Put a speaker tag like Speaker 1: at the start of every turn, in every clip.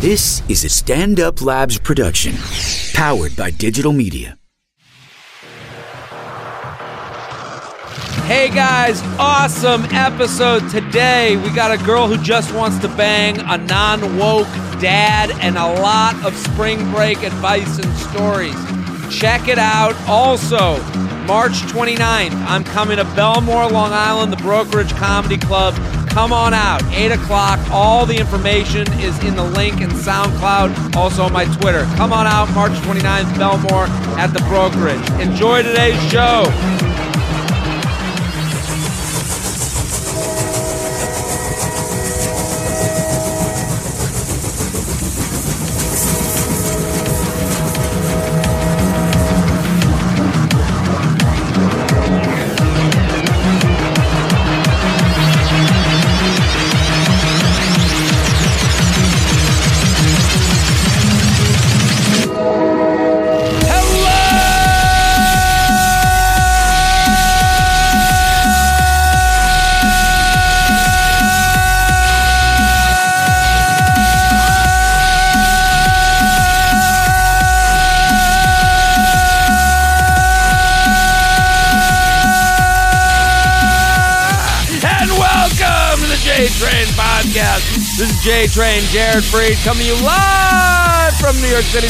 Speaker 1: This is a Stand Up Labs production, powered by digital media.
Speaker 2: Hey guys, awesome episode today. We got a girl who just wants to bang, a non woke dad, and a lot of spring break advice and stories. Check it out. Also, March 29th, I'm coming to Belmore, Long Island, the Brokerage Comedy Club. Come on out, 8 o'clock. All the information is in the link in SoundCloud, also on my Twitter. Come on out, March 29th, Belmore at the Brokerage. Enjoy today's show. And welcome to the J Train Podcast. This is J Train Jared Freed coming to you live from New York City,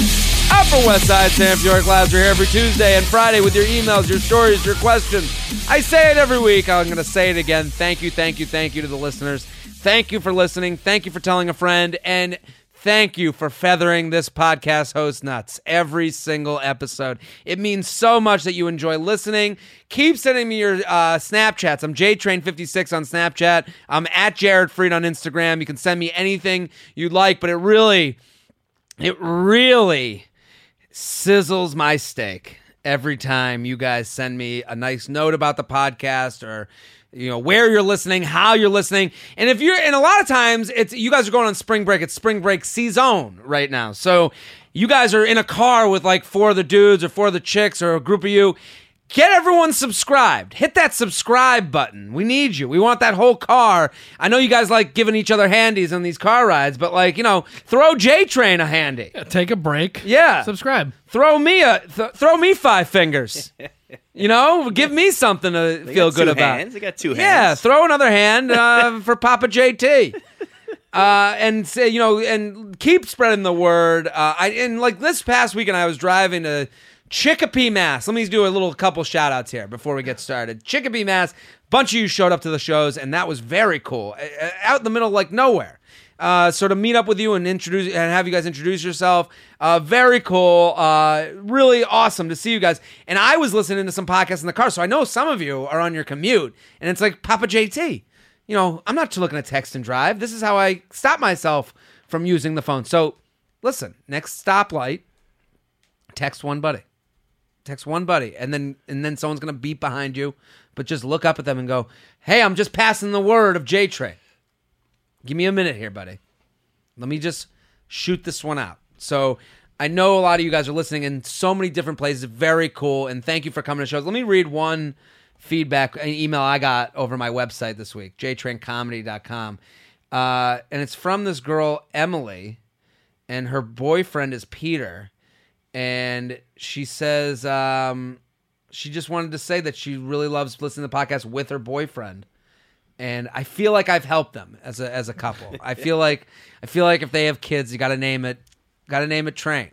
Speaker 2: Upper West Side, San York Labs. We're here every Tuesday and Friday with your emails, your stories, your questions. I say it every week. I'm going to say it again. Thank you, thank you, thank you to the listeners. Thank you for listening. Thank you for telling a friend. And Thank you for feathering this podcast host nuts every single episode. It means so much that you enjoy listening. Keep sending me your uh, Snapchats. I'm JTrain56 on Snapchat. I'm at Jared Freed on Instagram. You can send me anything you'd like, but it really, it really sizzles my steak every time you guys send me a nice note about the podcast or you know where you're listening how you're listening and if you're and a lot of times it's you guys are going on spring break it's spring break season right now so you guys are in a car with like four of the dudes or four of the chicks or a group of you Get everyone subscribed. Hit that subscribe button. We need you. We want that whole car. I know you guys like giving each other handies on these car rides, but like, you know, throw J Train a handy.
Speaker 3: take a break.
Speaker 2: Yeah.
Speaker 3: Subscribe.
Speaker 2: throw me a th- throw me five fingers. You know, give me something to
Speaker 4: They
Speaker 2: feel
Speaker 4: got
Speaker 2: good
Speaker 4: two
Speaker 2: about.
Speaker 4: Hands. They got two
Speaker 2: Yeah,
Speaker 4: hands.
Speaker 2: throw another hand uh, for Papa JT. Uh, and say you know, and keep spreading the word. Uh, I and like this past weekend, I was driving to Chicopee, Mass. Let me do a little couple shout outs here before we get started. Chicopee, Mass. Bunch of you showed up to the shows, and that was very cool. Uh, Out in the middle, of, like nowhere. Uh, so to meet up with you and introduce and have you guys introduce yourself. Uh, very cool. Uh, really awesome to see you guys. And I was listening to some podcasts in the car, so I know some of you are on your commute, and it's like Papa JT you know, I'm not looking to text and drive. This is how I stop myself from using the phone. So, listen, next stoplight, text one buddy. Text one buddy and then and then someone's going to beep behind you, but just look up at them and go, "Hey, I'm just passing the word of J Train. Give me a minute here, buddy. Let me just shoot this one out." So, I know a lot of you guys are listening in so many different places. Very cool, and thank you for coming to shows. Let me read one feedback an email I got over my website this week, jtraincomedy.com. Uh, and it's from this girl, Emily, and her boyfriend is Peter. And she says um, she just wanted to say that she really loves listening to the podcast with her boyfriend. And I feel like I've helped them as a as a couple. I feel like I feel like if they have kids, you got to name it, got to name it Train,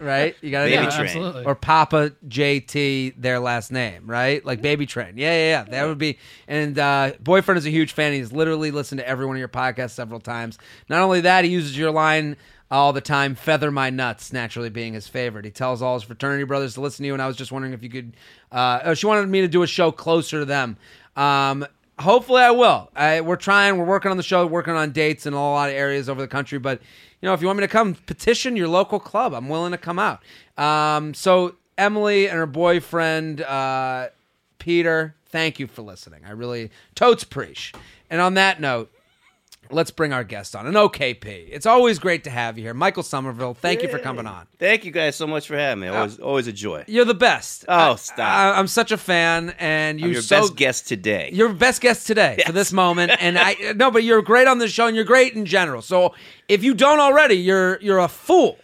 Speaker 2: right? You got to
Speaker 4: Baby
Speaker 2: name it
Speaker 4: Train.
Speaker 3: absolutely.
Speaker 2: or Papa JT, their last name, right? Like Baby Train. Yeah, yeah, yeah. That would be. And uh, boyfriend is a huge fan. He's literally listened to every one of your podcasts several times. Not only that, he uses your line all the time. Feather my nuts, naturally being his favorite. He tells all his fraternity brothers to listen to you. And I was just wondering if you could. Uh, oh, she wanted me to do a show closer to them. Um, hopefully, I will. I, we're trying. We're working on the show. Working on dates in a lot of areas over the country, but you know, if you want me to come, petition your local club. I'm willing to come out. Um, so Emily and her boyfriend, uh, Peter, thank you for listening. I really totes preach. And on that note, let's bring our guest on. An OKP. It's always great to have you here. Michael Somerville, thank you for coming on.
Speaker 3: Thank you guys so much for having me. Always,
Speaker 2: Uh,
Speaker 3: always a joy.
Speaker 2: You're the best.
Speaker 3: Oh, stop.
Speaker 2: I, am such a fan, and
Speaker 3: You're
Speaker 2: you're
Speaker 3: your
Speaker 2: so
Speaker 3: best guest today.
Speaker 2: You're the best guest today for this moment, and I no, but you're great on this show, and you're great in general. So if you don't already, you're you're a fool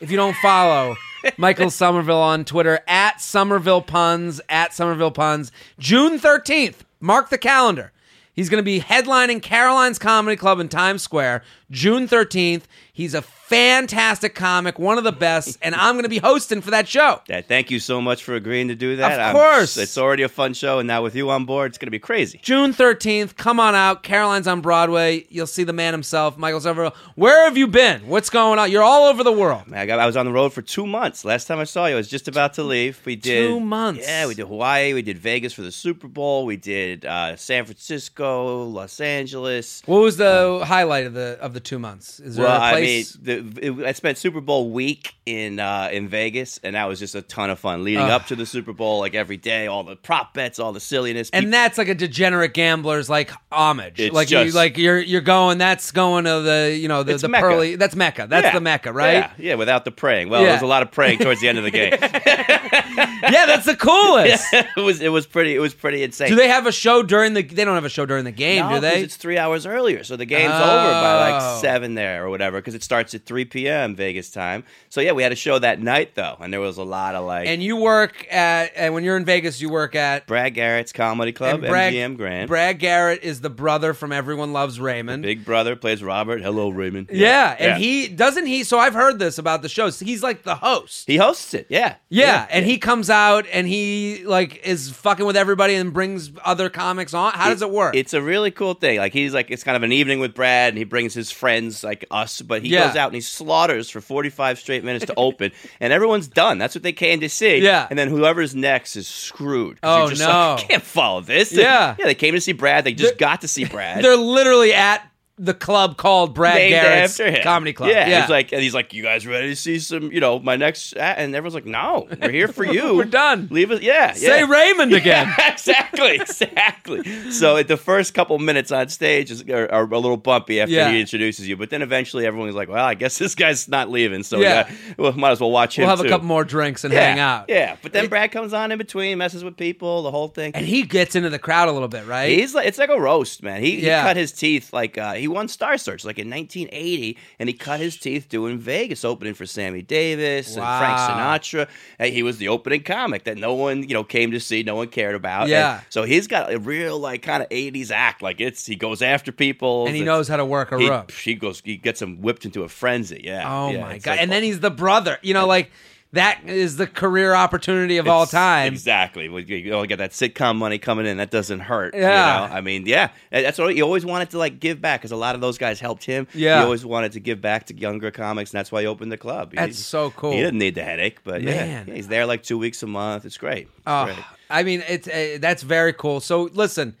Speaker 2: if you don't follow Michael Somerville on Twitter at Somerville Puns at Somerville Puns. June thirteenth, mark the calendar. He's going to be headlining Caroline's Comedy Club in Times Square June 13th. He's a fantastic comic, one of the best, and I'm going to be hosting for that show.
Speaker 3: Yeah, thank you so much for agreeing to do that.
Speaker 2: Of
Speaker 3: I'm-
Speaker 2: course.
Speaker 3: it's already a fun show, and now with you on board, it's going to be crazy.
Speaker 2: June 13th, come on out. Caroline's on Broadway. You'll see the man himself, Michael Several. Where have you been? What's going on? You're all over the world.
Speaker 3: I, got, I was on the road for two months. Last time I saw you, I was just about to leave. We did
Speaker 2: Two months.
Speaker 3: Yeah, we did Hawaii. We did Vegas for the Super Bowl. We did uh, San Francisco, Los Angeles.
Speaker 2: What was the highlight of the of the two months? Is there
Speaker 3: Well,
Speaker 2: a
Speaker 3: I mean,
Speaker 2: place?
Speaker 3: the, it, I spent Super Bowl week in uh, in Vegas, and that was just a ton of fun. Leading up to the Super Bowl, like every day, all the prop bets, all the silliness,
Speaker 2: and that's like a degenerate gambler's like homage.
Speaker 3: It's
Speaker 2: like you
Speaker 3: just-
Speaker 2: like you're you're going. That's going to the you know the,
Speaker 3: It's
Speaker 2: the
Speaker 3: Mecca.
Speaker 2: pearly. That's Mecca. That's
Speaker 3: Yeah.
Speaker 2: the Mecca, right?
Speaker 3: Yeah, yeah, without the praying. Well,
Speaker 2: Yeah.
Speaker 3: there was a lot of praying towards the end of the game.
Speaker 2: Yeah, that's the coolest.
Speaker 3: it was it was pretty it was pretty insane.
Speaker 2: Do they have a show during the? They don't have a show during the game,
Speaker 3: No,
Speaker 2: do
Speaker 3: 'cause
Speaker 2: they?
Speaker 3: It's three hours earlier, so the game's over by
Speaker 2: Oh.
Speaker 3: like seven there or whatever, because it starts at three p.m. Vegas time. So yeah, we had a show that night though, and there was a lot of like
Speaker 2: And you work at and when you're in Vegas, you work at
Speaker 3: Brad Garrett's Comedy Club,
Speaker 2: And Brad-
Speaker 3: MGM Grand.
Speaker 2: Brad Garrett is the brother from Everyone Loves Raymond.
Speaker 3: Big Brother plays Robert. Hello, Raymond.
Speaker 2: yeah, and
Speaker 3: Yeah.
Speaker 2: he doesn't he. So I've heard this about the show. So he's like the host.
Speaker 3: he hosts it. Yeah,
Speaker 2: yeah, and he comes out and he like is fucking with everybody and brings other comics on. How does it work?
Speaker 3: It's a really cool thing. Like he's like it's kind of an evening with Brad, and he brings his friends like us, but he
Speaker 2: Yeah.
Speaker 3: goes out and he slaughters for forty five straight minutes to open, and everyone's done. That's what they came to see.
Speaker 2: Yeah.
Speaker 3: and then whoever's next is screwed. 'Cause you're
Speaker 2: Oh,
Speaker 3: just
Speaker 2: no.
Speaker 3: like, can't follow this.
Speaker 2: Yeah.
Speaker 3: yeah, they came to see Brad. They just got to see Brad.
Speaker 2: They're literally at the club called Brad
Speaker 3: named
Speaker 2: Garrett's
Speaker 3: after him.
Speaker 2: Comedy Club.
Speaker 3: Yeah, he's like, and he's like, you guys ready to see some? You know, my next, act?" and everyone's like, no, we're here for you.
Speaker 2: We're done.
Speaker 3: Leave us. Yeah,
Speaker 2: say
Speaker 3: yeah.
Speaker 2: Raymond again.
Speaker 3: Yeah, exactly, exactly. so at the first couple minutes on stage is, are, are a little bumpy after
Speaker 2: Yeah.
Speaker 3: he introduces you, but then eventually everyone's like, "Well, I guess this guy's not leaving, so
Speaker 2: Yeah.
Speaker 3: yeah, well, might as well watch him."
Speaker 2: We'll have
Speaker 3: too.
Speaker 2: a couple more drinks and
Speaker 3: yeah.
Speaker 2: hang out.
Speaker 3: Yeah, but then Brad comes on in between, messes with people, the whole thing.
Speaker 2: And he gets into the crowd a little bit, right?
Speaker 3: He's like it's like a roast, man. He, he
Speaker 2: Yeah.
Speaker 3: cut his teeth like uh, he won Star Search like in 1980, and he cut his teeth doing Vegas opening for Sammy Davis
Speaker 2: Wow.
Speaker 3: and Frank Sinatra. And he was the opening comic that no one you know came to see, no one cared about.
Speaker 2: Yeah.
Speaker 3: And so he's got a real like kind of 80s act. Like it's he goes after people,
Speaker 2: and he
Speaker 3: It's-
Speaker 2: knows how to work a
Speaker 3: He,
Speaker 2: room.
Speaker 3: he goes. He gets him whipped into a frenzy. Yeah.
Speaker 2: Oh
Speaker 3: yeah,
Speaker 2: my
Speaker 3: it's
Speaker 2: god!
Speaker 3: like-
Speaker 2: and then he's the brother. You know, like that is the career opportunity of all
Speaker 3: It's-
Speaker 2: time.
Speaker 3: Exactly. Well, You you only got that sitcom money coming in. That doesn't hurt.
Speaker 2: Yeah.
Speaker 3: You know? I mean, yeah. And That's what you always wanted to like give back because a lot of those guys helped him.
Speaker 2: Yeah.
Speaker 3: He always wanted to give back to younger comics, and that's why he opened the club. He-
Speaker 2: That's so cool.
Speaker 3: He didn't need the headache, but yeah.
Speaker 2: Man.
Speaker 3: yeah, he's there like two weeks a month. It's great. It's
Speaker 2: Oh,
Speaker 3: great.
Speaker 2: I mean, it's uh, that's very cool. So listen,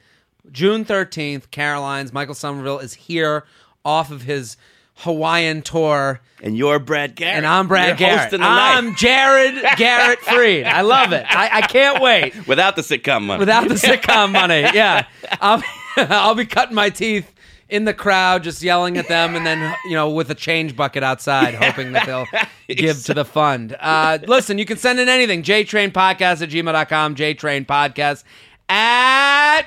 Speaker 2: June thirteenth, Caroline's Michael Somerville is here off of his Hawaiian tour,
Speaker 3: And you're Brad Garrett.
Speaker 2: and I'm Brad
Speaker 3: You're
Speaker 2: Garrett.
Speaker 3: hosting the night
Speaker 2: I'm Jared Garrett Freed. I love it. I, I can't wait.
Speaker 3: without the sitcom money.
Speaker 2: Without the sitcom money, yeah, I'll, I'll be cutting my teeth in the crowd, just yelling at them, and then you know, with a change bucket outside, hoping that they'll give to the fund. Uh, listen, you can send in anything. JTrainPodcast at gmail.com, JTrainPodcast at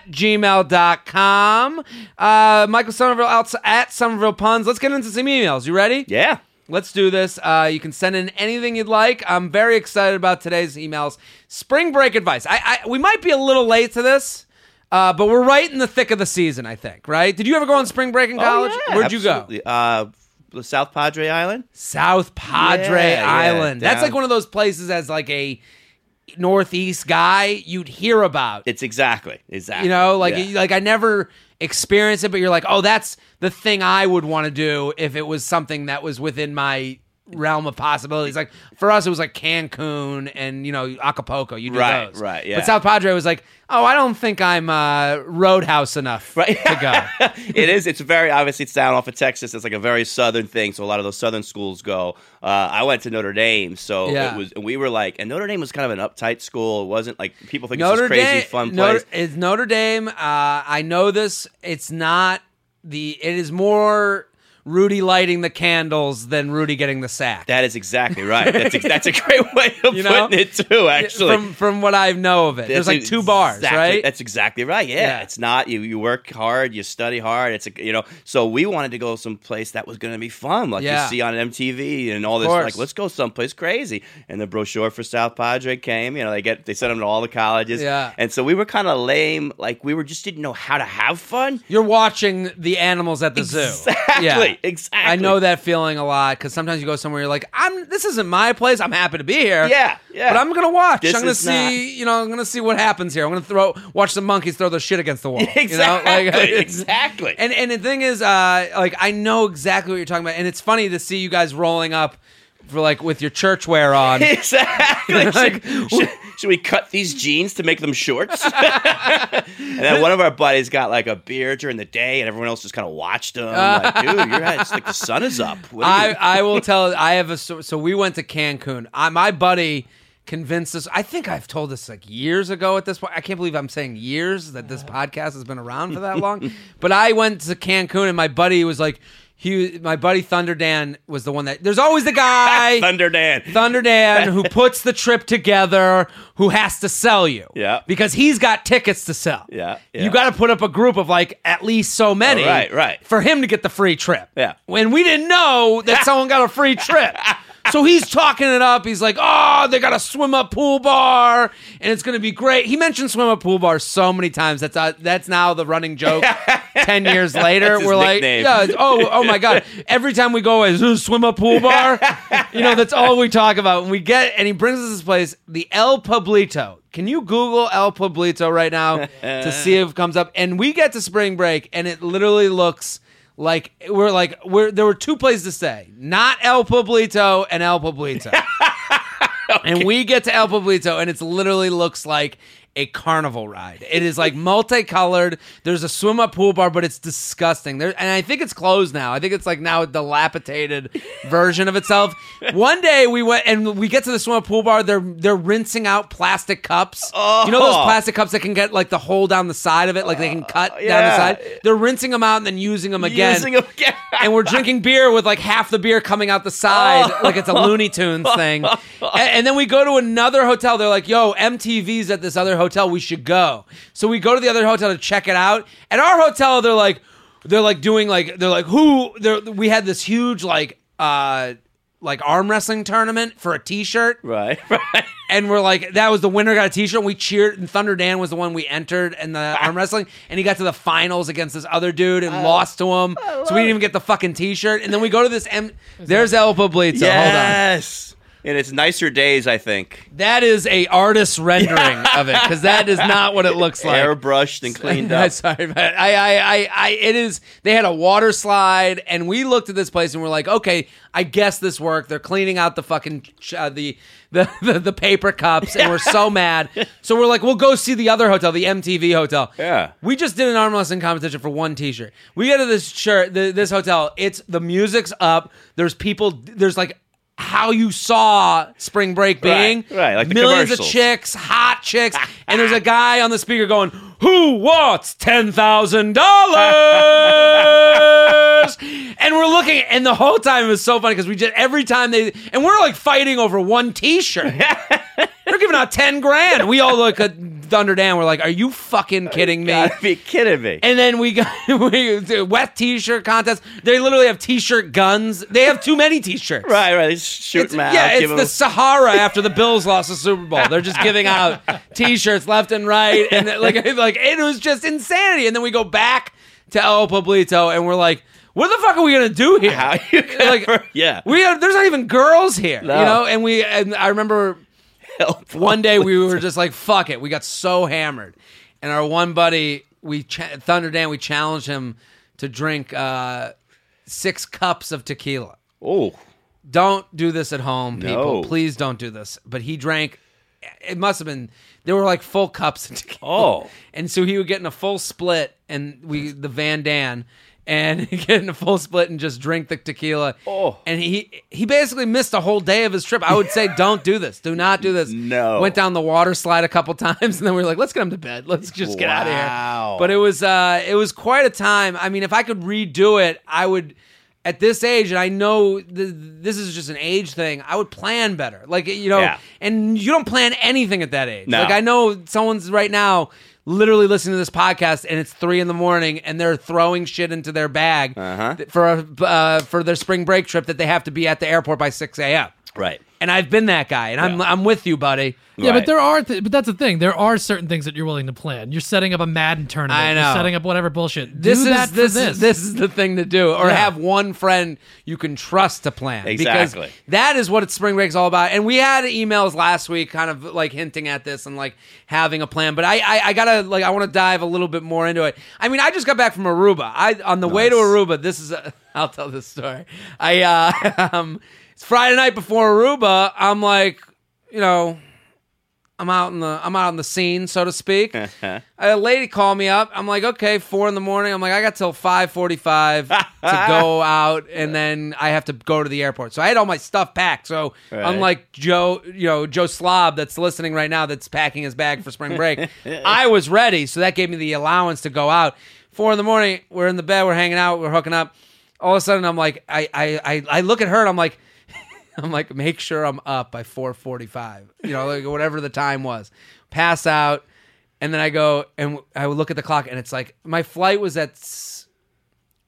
Speaker 2: gmail.com. Uh, Michael Somerville outs- at Somerville Puns. Let's get into some emails. You ready?
Speaker 3: yeah.
Speaker 2: Let's do this. Uh, you can send in anything you'd like. I'm very excited about today's emails. Spring break advice. I, I we might be a little late to this, uh, but we're right in the thick of the season. I think. Right? Did you ever go on spring break in college?
Speaker 3: Oh, yeah,
Speaker 2: Where'd you go?
Speaker 3: absolutely. Uh, South Padre Island.
Speaker 2: South Padre
Speaker 3: Yeah, yeah,
Speaker 2: Island. That's
Speaker 3: down-
Speaker 2: like one of those places as like a northeast guy you'd hear about.
Speaker 3: It's exactly exactly.
Speaker 2: You know, like
Speaker 3: Yeah.
Speaker 2: like I never experienced it, but you're like, oh, that's the thing I would want to do if it was something that was within my realm of possibilities. Like for us, it was like Cancun and you know Acapulco. You do
Speaker 3: Right,
Speaker 2: those,
Speaker 3: right, yeah.
Speaker 2: But South Padre was like, oh, I don't think I'm uh, Roadhouse enough
Speaker 3: Right.
Speaker 2: to go.
Speaker 3: it is. It's very obviously it's down off of Texas. It's like a very southern thing. So a lot of those southern schools go. Uh, I went to Notre Dame, so
Speaker 2: Yeah.
Speaker 3: it was. We were like, and Notre Dame was kind of an uptight school. It wasn't like people think
Speaker 2: Notre
Speaker 3: it's this crazy
Speaker 2: Dame,
Speaker 3: fun
Speaker 2: Notre,
Speaker 3: place.
Speaker 2: It's Notre Dame. Uh, I know this. It's not the it is more Rudy lighting the candles than Rudy getting the sack.
Speaker 3: That is exactly right. That's a, that's a great way of
Speaker 2: You know?
Speaker 3: putting it too. Actually,
Speaker 2: from from what I know of it, there's like
Speaker 3: That's
Speaker 2: two bars,
Speaker 3: exactly-
Speaker 2: right?
Speaker 3: That's exactly right. Yeah,
Speaker 2: Yeah.
Speaker 3: it's not you. You work hard, you study hard. It's a, you know. So we wanted to go someplace that was going to be fun, like
Speaker 2: Yeah.
Speaker 3: you see on MTV and all this.
Speaker 2: course.
Speaker 3: Like, let's go someplace crazy. And the brochure for South Padre came. You know, they get they sent them to all the colleges.
Speaker 2: Yeah.
Speaker 3: And so we were kind of lame. Like we were just didn't know how to have fun.
Speaker 2: You're watching the animals at the zoo.
Speaker 3: Exactly,
Speaker 2: Yeah.
Speaker 3: exactly.
Speaker 2: I know that feeling a lot because sometimes you go somewhere, you're like, "I'm this isn't my place. I'm happy to be here."
Speaker 3: Yeah, yeah.
Speaker 2: But I'm gonna watch.
Speaker 3: This
Speaker 2: I'm gonna
Speaker 3: is
Speaker 2: see. You know, I'm gonna see what happens here. I'm gonna throw watch the monkeys throw their shit against the wall. You know?
Speaker 3: Exactly, exactly.
Speaker 2: And and the thing is, uh, like I know exactly what you're talking about, and it's funny to see you guys rolling up for like with your church wear on.
Speaker 3: Exactly.
Speaker 2: Like,
Speaker 3: should, should- should we cut these jeans to make them shorts? and then one of our buddies got like a beer during the day, and everyone else just kind of watched him. Like, dude, you're right. It's like the sun is up. What are you-
Speaker 2: Uh, I, I will tell. I have a so, so we went to Cancun. I, my buddy convinced us. I think I've told this like years ago. At this point, I can't believe I'm saying years that this podcast has been around for that long. but I went to Cancun, and my buddy was like, he, my buddy Thunder Dan was the one that. There's always the guy.
Speaker 3: Thunder Dan.
Speaker 2: Thunder Dan, who puts the trip together, who has to sell you.
Speaker 3: Yeah.
Speaker 2: Because he's got tickets to sell.
Speaker 3: Yeah,
Speaker 2: You
Speaker 3: yeah. Oh,
Speaker 2: got to put up a group of like at least so many.
Speaker 3: right, right.
Speaker 2: For him to get the free trip.
Speaker 3: Yeah.
Speaker 2: When we didn't know that someone got a free trip. So he's talking it up. He's like, oh, they got a swim up pool bar and it's going to be great. He mentioned swim up pool bar so many times. That's uh, that's now the running joke 10 years later.
Speaker 3: That's his
Speaker 2: We're like,
Speaker 3: nickname.
Speaker 2: yeah, it's- oh, oh my god! Every time we go, is this a swim up pool bar? you know, that's all we talk about. And we get, and he brings us to this place, the El Pablito. Can you Google El Pablito right now to see if it comes up? And we get to spring break, and it literally looks like we're like we're there were two places to stay, not El Pablito and El Pablito. And we get to El Poblito, and it's literally looks like a carnival ride. It is like multicolored. There's a swim up pool bar, but it's disgusting. There, and I think it's closed now. I think it's like now a dilapidated version of itself. One day we went and we get to the swim up pool bar. They're they're rinsing out plastic cups. You know those
Speaker 3: Oh.
Speaker 2: plastic cups that can get like the hole down the side of it, like they can cut down the
Speaker 3: Uh, yeah.
Speaker 2: side. They're rinsing them out and then using them again
Speaker 3: Using them again.
Speaker 2: and we're drinking beer with like half the beer coming out the side, like it's a Looney Tunes thing. And, and then we go to another hotel. They're like, "Yo, MTV's at this other hotel. We should go." So we go to the other hotel to check it out. At our hotel, they're like, they're like doing like they're like who? They're, we had this huge like uh like arm wrestling tournament for a T-shirt
Speaker 3: Right, right.
Speaker 2: and we're like, that was the winner got a T-shirt. And we cheered, and Thunder Dan was the one we entered in the arm wrestling, and he got to the finals against this other dude and lost to him. So we didn't even get the fucking T-shirt. And then we go to this M. There's El Pablito. Hold on,
Speaker 3: yes. And it's nicer days, I think.
Speaker 2: that is a artist rendering of it because that is not what it looks like.
Speaker 3: Airbrushed and cleaned up.
Speaker 2: Sorry, but I, I, I, I, it is. They had a water slide, and we looked at this place and we're like, okay, I guess this worked. They're cleaning out the fucking ch- uh, the, the the the paper cups, and we're so mad. So we're like, we'll go see the other hotel, the MTV hotel.
Speaker 3: Yeah.
Speaker 2: we just did an arm wrestling competition for one T-shirt. We go to this shirt, the, this hotel. It's the music's up. There's people. There's like. How you saw spring break being
Speaker 3: right, like the
Speaker 2: millions of
Speaker 3: commercials.
Speaker 2: chicks chicks, hot chicks, and there's a guy on the speaker going, "Who wants ten thousand dollars?" And we're looking, and the whole time it was so funny because we just every time they and we're like fighting over one T-shirt. They're giving out ten grand. We all look at Thunder Dan. We're like, "Are you
Speaker 3: Oh,
Speaker 2: fucking kidding me?"
Speaker 3: Gotta be kidding me.
Speaker 2: And then we got we, the wet T-shirt contest. They literally have T-shirt guns. They have too many T-shirts.
Speaker 3: right, right. Just shoot
Speaker 2: It's,
Speaker 3: them out.
Speaker 2: yeah, it's
Speaker 3: give
Speaker 2: the
Speaker 3: 'em-
Speaker 2: Sahara after the Bills lost the Super Bowl. They're just giving out T-shirts left and right, and it- like like it was just insanity. And then we go back to El Poblito, and we're like, "What the fuck are we gonna do here?
Speaker 3: How you gonna- yeah.
Speaker 2: we are, there's not even girls here,
Speaker 3: No.
Speaker 2: you know." And we and I remember
Speaker 3: Help.
Speaker 2: one day we were just like, "Fuck it," we got so hammered, and our one buddy, we cha- Thunder Dan, we challenged him to drink uh, six cups of tequila
Speaker 3: Oh,
Speaker 2: don't do this at home, people.
Speaker 3: No.
Speaker 2: Please don't do this. But he drank. It must have been. There were like full cups. Of tequila.
Speaker 3: Oh.
Speaker 2: and so he would get in a full split, and we the Van Dan, and get in a full split and just drink the tequila.
Speaker 3: Oh.
Speaker 2: And he he basically missed a whole day of his trip. I would say don't do this. Do not do this.
Speaker 3: No.
Speaker 2: Went down the water slide a couple times and then we were like, let's get him to bed. Let's just get out of
Speaker 3: Wow.
Speaker 2: here. But it was uh it was quite a time. I mean, if I could redo it, I would at this age, and I know th- this is just an age thing. I would plan better, like you know,
Speaker 3: Yeah.
Speaker 2: and you don't plan anything at that age.
Speaker 3: No.
Speaker 2: Like I know someone's right now literally listening to this podcast, and it's three in the morning, and they're throwing shit into their bag
Speaker 3: Uh-huh.
Speaker 2: th- for a, uh, for their spring break trip that they have to be at the airport by six a.m.
Speaker 3: Right.
Speaker 2: And I've been that guy, and I'm I'm with you, buddy.
Speaker 4: Yeah,
Speaker 3: Right.
Speaker 4: but there are, th- but that's the thing. There are certain things that you're willing to plan. You're setting up a Madden tournament.
Speaker 2: I know.
Speaker 4: You're setting up whatever bullshit.
Speaker 2: This
Speaker 4: Do
Speaker 2: is
Speaker 4: that for
Speaker 2: this,
Speaker 4: this.
Speaker 2: is this is the thing to do, or
Speaker 4: Yeah.
Speaker 2: have one friend you can trust to plan.
Speaker 3: Exactly.
Speaker 2: Because that is what it's spring break is all about. And we had emails last week, kind of like hinting at this and like having a plan. But I I, I gotta like I want to dive a little bit more into it. I mean, I just got back from Aruba. I on the way to Aruba. This is a, I'll tell this story. I uh, um, it's Friday night before Aruba. I'm like, you know, I'm out in the I'm out on the scene, so to speak. a lady called me up. I'm like, okay, four in the morning. I'm like, I got till five forty-five to go out, and then I have to go to the airport. So I had all my stuff packed. So unlike Joe, you know, Joe Slob that's listening right now, that's packing his bag for spring break, I was ready. So that gave me the allowance to go out. Four in the morning, we're in the bed, we're hanging out, we're hooking up. All of a sudden, I'm like, I I I, I look at her and I'm like. I'm like, make sure I'm up by 4:45. You know, like whatever the time was. Pass out, and then I go and I would look at the clock, and it's like my flight was at s-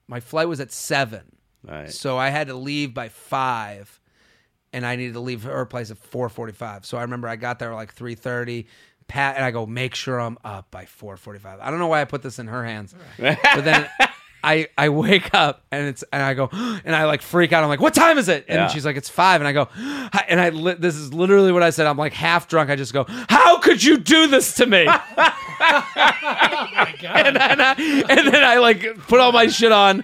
Speaker 2: my flight was at seven,
Speaker 3: Right.
Speaker 2: so I had to leave by five, and I needed to leave her place at 4:45. So I remember I got there like 3:30. Pat and I go, make sure I'm up by 4:45. I don't know why I put this in her hands, but then. I, I wake up and it's and I go and I like freak out. I'm like, what time is it? And
Speaker 3: Yeah.
Speaker 2: she's like, it's five. And I go, "Hi," and I li- this is literally what I said. I'm like half drunk. I just go, how could you do this to me? and, then I, and then I like put all my shit on.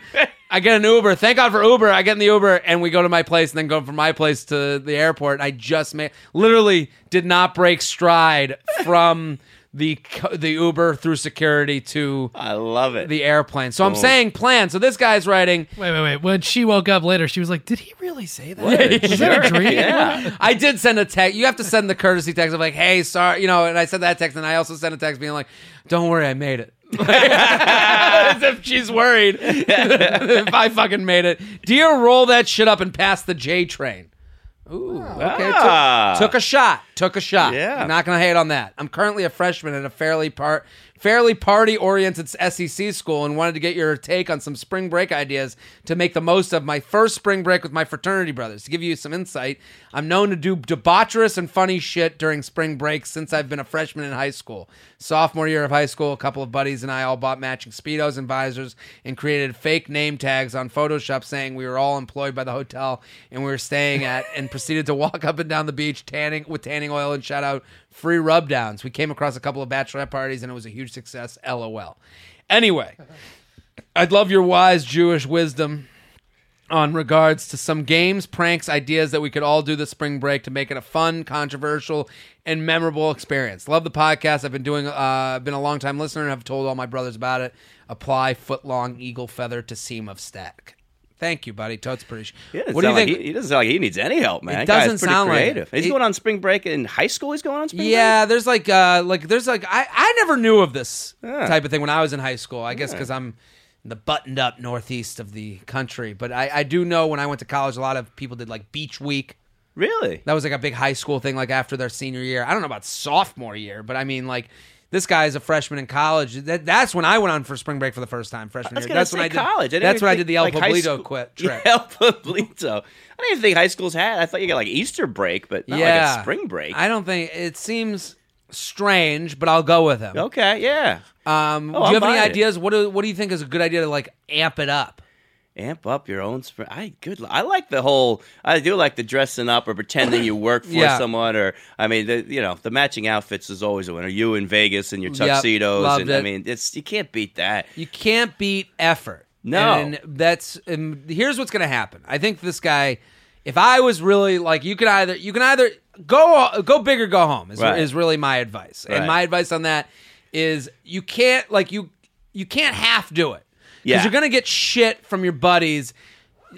Speaker 2: I get an Uber. Thank God for Uber. I get in the Uber and we go to my place and then go from my place to the airport. I just made literally did not break stride from the co- the Uber through security to
Speaker 3: I love it.
Speaker 2: the airplane. So I'm saying plan. So this guy's writing.
Speaker 4: Wait, wait, wait. When she woke up later, she was like, "Did he really say that?
Speaker 3: What a
Speaker 4: Was that a
Speaker 3: jerk.
Speaker 4: dream?
Speaker 3: Yeah.
Speaker 2: I did send a text. You have to send the courtesy text of like, hey, sorry, you know. And I sent that text, and I also sent a text being like, don't worry, I made it. As if she's worried if I fucking made it. Dear, roll that shit up and pass the J train. Oh. Ooh, okay. took-
Speaker 3: Ah.
Speaker 2: Took, a shot. Took a shot.
Speaker 3: Yeah.
Speaker 2: I'm not gonna hate on that. I'm currently a freshman at a fairly part, fairly party-oriented SEC school, and wanted to get your take on some spring break ideas to make the most of my first spring break with my fraternity brothers. To give you some insight, I'm known to do debaucherous and funny shit during spring break since I've been a freshman in high school. Sophomore year of high school, a couple of buddies and I all bought matching speedos and visors and created fake name tags on Photoshop saying we were all employed by the hotel and we were staying at, and proceeded to walk up and down the beach tanning with tanning oil and shout out free rub downs. We came across a couple of bachelorette parties and it was a huge success. LOL. Anyway, I'd love your wise Jewish wisdom on regards to some games, pranks, ideas that we could all do this spring break to make it a fun, controversial, and memorable experience. Love the podcast. I've been doing. Uh, been a long time listener and have told all my brothers about it. Apply foot long eagle feather to seam of stack. Thank you, buddy. Totes pretty.
Speaker 3: He doesn't
Speaker 2: What do you
Speaker 3: sound like
Speaker 2: think?
Speaker 3: He, he doesn't sound like he needs any help, man.
Speaker 2: It
Speaker 3: That guy's
Speaker 2: doesn't
Speaker 3: pretty
Speaker 2: sound like it.
Speaker 3: creative. He's
Speaker 2: It-
Speaker 3: going on spring break in high school. He's going on spring break.
Speaker 2: Yeah, there's like uh like there's like I I never knew of this type of thing when I was in high school. I guess because I'm in the buttoned up northeast of the country, but I I do know when I went to college, a lot of people did like beach week.
Speaker 3: really?
Speaker 2: That was like a big high school thing, like after their senior year. I don't know about sophomore year, but I mean like. This guy is a freshman in college. That, that's when I went on for spring break for the first time freshman
Speaker 3: I was
Speaker 2: year.
Speaker 3: gonna
Speaker 2: That's
Speaker 3: say
Speaker 2: when I did
Speaker 3: college. I didn't
Speaker 2: that's
Speaker 3: even
Speaker 2: when I
Speaker 3: think,
Speaker 2: did the El
Speaker 3: like, high
Speaker 2: Poblito
Speaker 3: school-
Speaker 2: quit
Speaker 3: Yeah,
Speaker 2: trip.
Speaker 3: El Poblito. I didn't even think high schools had. I thought you got like Easter break, but not like a spring break.
Speaker 2: I don't think it seems strange, but I'll go with him.
Speaker 3: okay, yeah.
Speaker 2: Um,
Speaker 3: Oh,
Speaker 2: do
Speaker 3: I'm
Speaker 2: you have any
Speaker 3: buying it.
Speaker 2: ideas? What do What do you think is a good idea to like amp it up?
Speaker 3: Amp up your own spring. I good. I like the whole. I do like the dressing up or pretending you work for
Speaker 2: Yeah.
Speaker 3: someone, or I mean, the, you know, the matching outfits is always a winner. You in Vegas and your
Speaker 2: Yep,
Speaker 3: tuxedos,
Speaker 2: loved
Speaker 3: and
Speaker 2: it.
Speaker 3: I mean, it's you can't beat that.
Speaker 2: You can't beat effort.
Speaker 3: No.
Speaker 2: and that's and here's what's gonna happen. I think this guy, if I was really like, you can either you can either go go big or go home is
Speaker 3: Right.
Speaker 2: is really my advice. And
Speaker 3: Right.
Speaker 2: my advice on that is you can't like you you can't half do it.
Speaker 3: Yeah.
Speaker 2: you're gonna get shit from your buddies.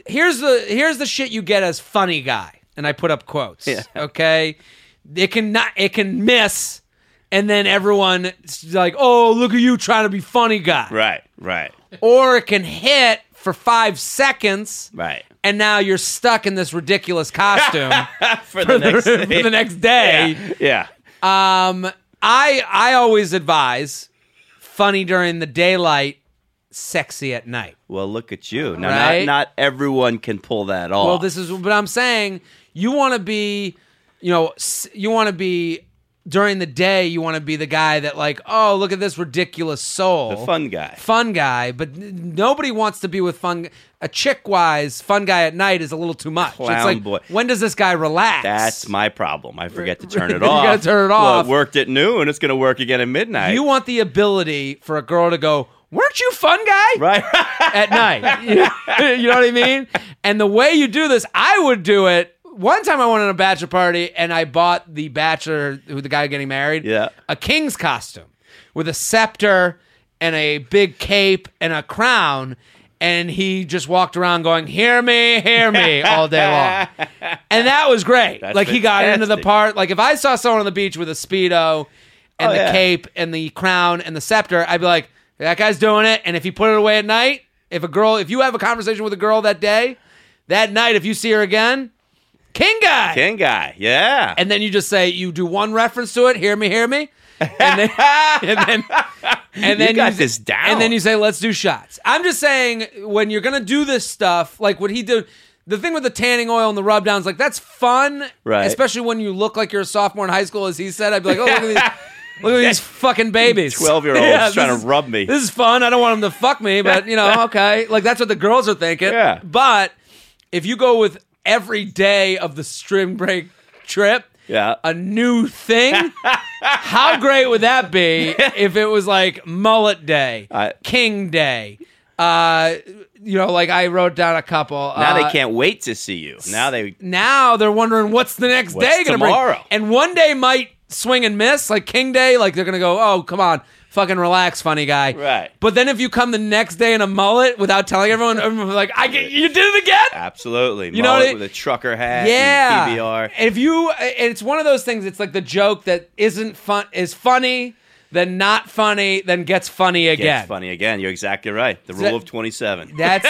Speaker 2: Here's the here's the shit you get as funny guy, and I put up quotes.
Speaker 3: Yeah.
Speaker 2: Okay, it can not it can miss, and then everyone's like, "Oh, look at you trying to be funny guy,"
Speaker 3: Right, right,
Speaker 2: or it can hit for five seconds,
Speaker 3: right.
Speaker 2: and now you're stuck in this ridiculous costume
Speaker 3: For the next,
Speaker 2: for the next day.
Speaker 3: yeah, yeah.
Speaker 2: Um, I I always advise funny during the daylight, sexy at night.
Speaker 3: Well, look at you. Now,
Speaker 2: Right?
Speaker 3: not not everyone can pull that off.
Speaker 2: Well, this is but I'm saying you want to be, you know, s- you want to be during the day. You want to be the guy that like, oh, look at this ridiculous soul,
Speaker 3: The fun guy.
Speaker 2: fun guy. But n- nobody wants to be with fun. A chick wise, fun guy at night is a little too much. it's
Speaker 3: Clown
Speaker 2: like,
Speaker 3: boy.
Speaker 2: when does this guy relax?
Speaker 3: That's my problem. I forget to turn it
Speaker 2: You
Speaker 3: off.
Speaker 2: gotta turn it
Speaker 3: Well,
Speaker 2: off.
Speaker 3: it worked at noon. It's going to work again at midnight.
Speaker 2: you want the ability for a girl to go. Weren't you fun guy?
Speaker 3: right?
Speaker 2: at night. you know what I mean? And the way you do this, I would do it. One time I went on a bachelor party and I bought the bachelor, who the guy getting married,
Speaker 3: Yeah.
Speaker 2: a king's costume with a scepter and a big cape and a crown. And he just walked around going, "Hear me, hear me," all day long, and that was great.
Speaker 3: That's
Speaker 2: like he got into the
Speaker 3: fantastic.
Speaker 2: part. Like if I saw someone on the beach with a speedo and
Speaker 3: Oh,
Speaker 2: the
Speaker 3: yeah.
Speaker 2: cape and the crown and the scepter, I'd be like, that guy's doing it. And if he put it away at night, if a girl, if you have a conversation with a girl that day, that night, if you see her again, king guy.
Speaker 3: King guy. Yeah.
Speaker 2: And then you just say, you do one reference to it, hear me, hear me. And then, and then, and then
Speaker 3: got this down.
Speaker 2: And then you say, let's do shots. I'm just saying, when you're going to do this stuff, like what he did, the thing with the tanning oil and the rub downs, like that's fun.
Speaker 3: Right.
Speaker 2: Especially when you look like you're a sophomore in high school, as he said. I'd be like, oh, look at these. Look at these fucking babies.
Speaker 3: 12-year-olds
Speaker 2: Yeah,
Speaker 3: trying
Speaker 2: this
Speaker 3: to rub me.
Speaker 2: This is fun. I don't want them to fuck me, but you know, okay. Like that's what the girls are thinking.
Speaker 3: Yeah.
Speaker 2: But if you go with every day of the string break trip,
Speaker 3: Yeah.
Speaker 2: a new thing, how great would that be if it was like mullet day,
Speaker 3: I-
Speaker 2: king day? Uh, you know, like I wrote down a couple.
Speaker 3: now
Speaker 2: uh,
Speaker 3: they can't wait to see you. Now they.
Speaker 2: Now they're wondering what's the next
Speaker 3: What's
Speaker 2: day gonna
Speaker 3: tomorrow?
Speaker 2: bring. And one day might swing and miss, like King Day. Like they're gonna go, oh come on, fucking relax, funny guy.
Speaker 3: Right.
Speaker 2: But then if you come the next day in a mullet without telling everyone, everyone's like, I get, you did it again.
Speaker 3: Absolutely.
Speaker 2: You know
Speaker 3: Mullet
Speaker 2: what I-
Speaker 3: with a trucker hat. and
Speaker 2: yeah
Speaker 3: PBR.
Speaker 2: And if you and it's one of those things it's like the joke that isn't fun is funny then not funny then gets funny
Speaker 3: Gets
Speaker 2: again
Speaker 3: funny again. You're exactly right. The
Speaker 2: that-
Speaker 3: rule of 27.
Speaker 2: that's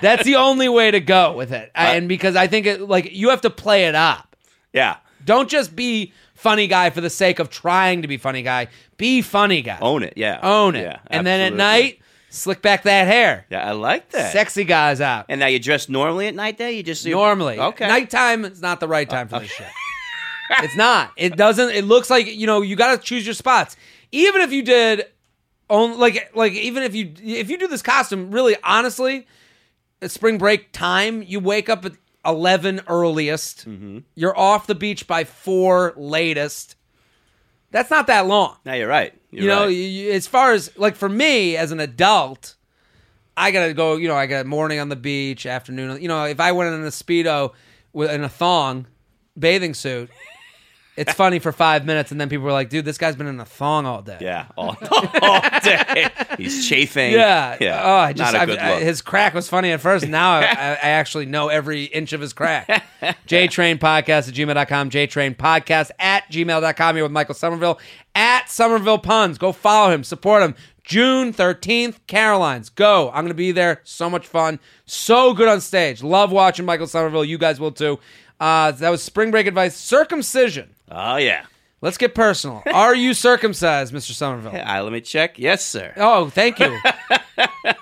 Speaker 2: that's the only way to go with it I- and because i think it like you have to play it up
Speaker 3: yeah.
Speaker 2: don't just be funny guy for the sake of trying to be funny guy be funny guy
Speaker 3: Own it. Yeah.
Speaker 2: own it
Speaker 3: Yeah,
Speaker 2: and then at
Speaker 3: absolutely.
Speaker 2: night slick back that hair
Speaker 3: Yeah, I like that.
Speaker 2: sexy guys out
Speaker 3: And now you dress normally at night there? You just. you-
Speaker 2: Normally,
Speaker 3: Okay.
Speaker 2: nighttime is not the right time for this shit. It's not. It doesn't. It looks like you know you got to choose your spots. Even if you did, only like like even if you if you do this costume, really honestly, at spring break time, you wake up at eleven earliest. You're off the beach by four latest. That's not that long
Speaker 3: Now you're right. You're
Speaker 2: you know,
Speaker 3: right.
Speaker 2: you, you- as far as like for me as an adult, I gotta go. You know, I got morning on the beach, afternoon. You know, if I went in a speedo with in a thong bathing suit, it's funny for five minutes, and then people were like, "Dude, this guy's been in a thong all day."
Speaker 3: Yeah, all, all day. He's chafing.
Speaker 2: Yeah.
Speaker 3: yeah.
Speaker 2: Oh, I just,
Speaker 3: not a
Speaker 2: I-
Speaker 3: good
Speaker 2: I-
Speaker 3: look.
Speaker 2: his crack was funny at first. Now I, I, I actually know every inch of his crack. JTrain podcast at gmail.com. JTrain podcast at gmail.com. Here with Michael Somerville at Somerville Puns. Go follow him, support him. June 13th, Caroline's. Go. I'm going to be there. So much fun. So good on stage. Love watching Michael Somerville. You guys will too. Uh, that was spring break advice. Circumcision.
Speaker 3: oh yeah.
Speaker 2: Let's get personal. Are you circumcised, Mr. Somerville?
Speaker 3: Yeah, I- Uh, let me check. Yes, sir.
Speaker 2: Oh, thank you.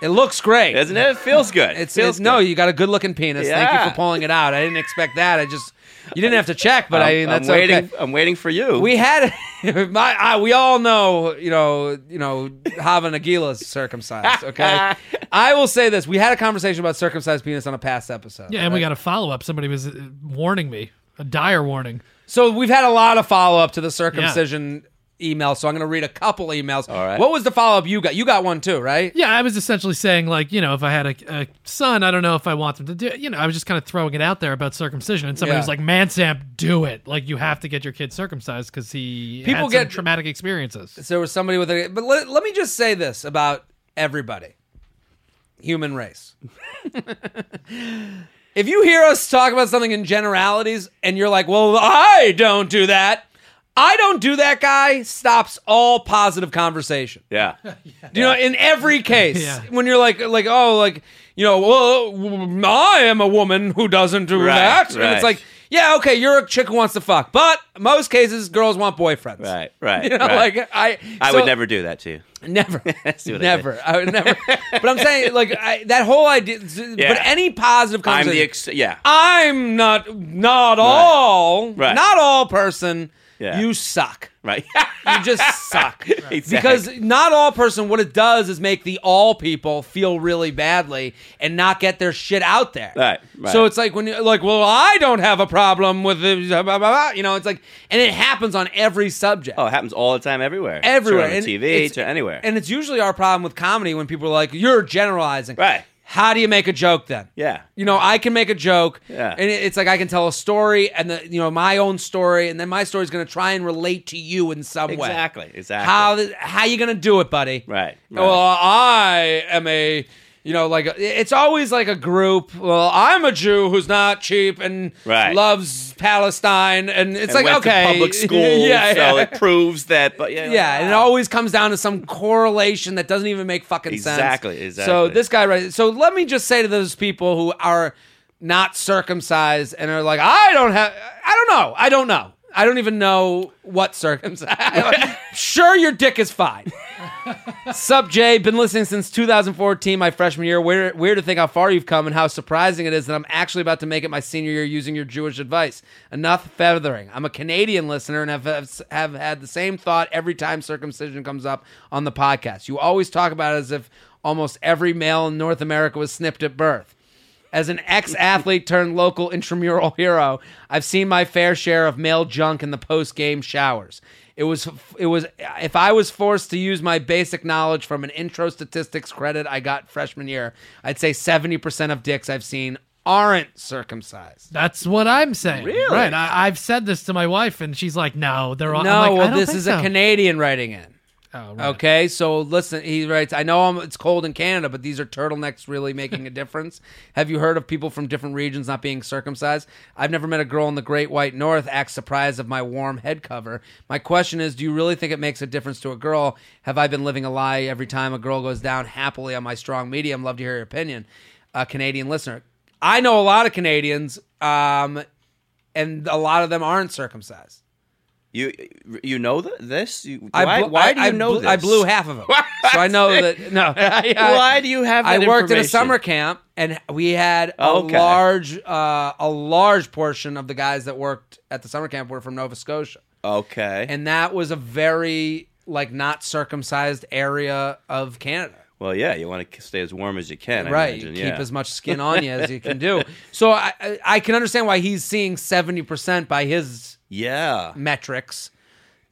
Speaker 2: it looks great.
Speaker 3: Doesn't it? It feels good.
Speaker 2: It's,
Speaker 3: feels
Speaker 2: it's no,
Speaker 3: good.
Speaker 2: you got a good looking penis. Thank you
Speaker 3: Yeah.
Speaker 2: for pulling it out. I didn't expect that. I just you didn't have to check, but i mean
Speaker 3: I'm-
Speaker 2: that's
Speaker 3: I'm waiting.
Speaker 2: okay.
Speaker 3: I'm waiting for you.
Speaker 2: We had my I, we all know you know you know Hava Nagila's circumcised. Okay, I will say this: we had a conversation about circumcised penis on a past episode.
Speaker 4: Yeah, and we got a follow up. Somebody was uh, warning me, a dire warning.
Speaker 2: So we've had a lot of follow up to the circumcision email. So I'm going to read a couple emails. All
Speaker 3: right.
Speaker 2: What was the follow up you got? You got one too, right?
Speaker 4: Yeah, I was essentially saying like, you know, if I had a, a son, I don't know if I want them to do. it. You know, I was just kind of throwing it out there about circumcision, and somebody
Speaker 2: Yeah.
Speaker 4: was like, "Mansamp, do it! Like, you have to get your kid circumcised because he
Speaker 2: People
Speaker 4: had some
Speaker 2: get-
Speaker 4: traumatic experiences."
Speaker 2: So there was somebody with a. But let, let me just say this about everybody. human race. if you hear us talk about something in generalities and you're like, well, I don't do that, I don't do that guy stops all positive conversation.
Speaker 3: Yeah.
Speaker 2: You know, in every case,
Speaker 4: Yeah.
Speaker 2: when you're like, like, oh, like, you know, well, w- I am a woman who doesn't do
Speaker 3: Right,
Speaker 2: that, and
Speaker 3: right.
Speaker 2: it's like, yeah, okay, you're a chick who wants to fuck, but most cases, girls want boyfriends.
Speaker 3: Right. Right.
Speaker 2: You know,
Speaker 3: right.
Speaker 2: like I,
Speaker 3: I
Speaker 2: so-
Speaker 3: would never do that to you.
Speaker 2: Never.
Speaker 3: See what I
Speaker 2: never. I, would never. but I'm saying, like, I, that whole idea. But any positive
Speaker 3: I'm
Speaker 2: conversation.
Speaker 3: the ex- yeah.
Speaker 2: I'm not, not all,
Speaker 3: Right.
Speaker 2: not all person.
Speaker 3: Yeah.
Speaker 2: You suck.
Speaker 3: Right.
Speaker 2: You just suck.
Speaker 3: Exactly.
Speaker 2: Because not all person, what it does is make the all people feel really badly and not get their shit out there.
Speaker 3: Right, right.
Speaker 2: So it's like when you're like, well, I don't have a problem with the, blah, blah, blah," you know, it's like, and it happens on every subject
Speaker 3: oh, it happens all the time everywhere.
Speaker 2: everywhere.
Speaker 3: Turn on
Speaker 2: And
Speaker 3: the TV,
Speaker 2: it's-
Speaker 3: turn anywhere.
Speaker 2: And it's usually our problem with comedy when people are like, "You're generalizing."
Speaker 3: Right.
Speaker 2: How do you make a joke then?
Speaker 3: Yeah.
Speaker 2: You know, I can make a joke,
Speaker 3: Yeah.
Speaker 2: and it- it's like I can tell a story, and the you know my own story, and then my story's going to try and relate to you in some way.
Speaker 3: exactly. Exactly.
Speaker 2: How th- how you going to do it, buddy?
Speaker 3: Right, right.
Speaker 2: Well, I am a. You know, like it's always like a group. Well, I'm a Jew who's not cheap and
Speaker 3: Right.
Speaker 2: loves Palestine, and it's
Speaker 3: And
Speaker 2: like
Speaker 3: went to
Speaker 2: okay,
Speaker 3: public school,
Speaker 2: yeah,
Speaker 3: so
Speaker 2: yeah.
Speaker 3: it proves that. But yeah, ah.
Speaker 2: Yeah, and it always comes down to some correlation that doesn't even make fucking
Speaker 3: Exactly,
Speaker 2: sense.
Speaker 3: exactly.
Speaker 2: So this guy right so let me just say to those people who are not circumcised and are like, I don't have I don't know. I don't know. I don't even know what circumcised. sure your dick is fine. Sup, Jay? Been listening since 2014, my freshman year. Weird, weird to think how far you've come and how surprising it is that I'm actually about to make it my senior year using your Jewish advice. Enough feathering. I'm a Canadian listener and have, have, have had the same thought every time circumcision comes up on the podcast. You always talk about it as if almost every male in North America was snipped at birth. As an ex athlete turned local intramural hero, I've seen my fair share of male junk in the post game showers. It was it was if I was forced to use my basic knowledge from an intro statistics credit I got freshman year, I'd say 70% of dicks I've seen aren't circumcised.
Speaker 4: That's what I'm saying.
Speaker 3: Really?
Speaker 4: Right. I, I've said this to my wife, and she's like, "No, they're all."
Speaker 2: No,
Speaker 4: I'm like, I
Speaker 2: well
Speaker 4: don't
Speaker 2: this
Speaker 4: think
Speaker 2: is
Speaker 4: so.
Speaker 2: a Canadian writing in.
Speaker 4: Oh, right.
Speaker 2: Okay, so listen, he writes, I know I'm, it's cold in Canada, but these are turtlenecks really making a difference. Have you heard of people from different regions not being circumcised? I've never met a girl in the great white north act surprised of my warm head cover. My question is, do you really think it makes a difference to a girl? Have I been living a lie every time a girl goes down happily on my strong medium? Love to hear your opinion. A Canadian listener. I know a lot of Canadians, um, and a lot of them aren't circumcised.
Speaker 3: you you know th- this. You, why,
Speaker 2: I bl-
Speaker 3: why
Speaker 2: I-
Speaker 3: do you
Speaker 2: I
Speaker 3: know
Speaker 2: blew,
Speaker 3: this?
Speaker 2: I blew half of them, so I know that. No,
Speaker 3: Why do you have?
Speaker 2: I
Speaker 3: That
Speaker 2: worked at a
Speaker 3: information?
Speaker 2: summer camp, and we had a
Speaker 3: Okay.
Speaker 2: large, uh, a large portion of the guys that worked at the summer camp were from Nova Scotia,
Speaker 3: Okay.
Speaker 2: and that was a very like not circumcised area of Canada.
Speaker 3: well, yeah, you want to stay as warm as you can. I
Speaker 2: Right,
Speaker 3: imagine,
Speaker 2: keep
Speaker 3: yeah.
Speaker 2: as much skin on you as you can do. So I, I- I can understand why he's seeing seventy percent by his
Speaker 3: Yeah.
Speaker 2: metrics,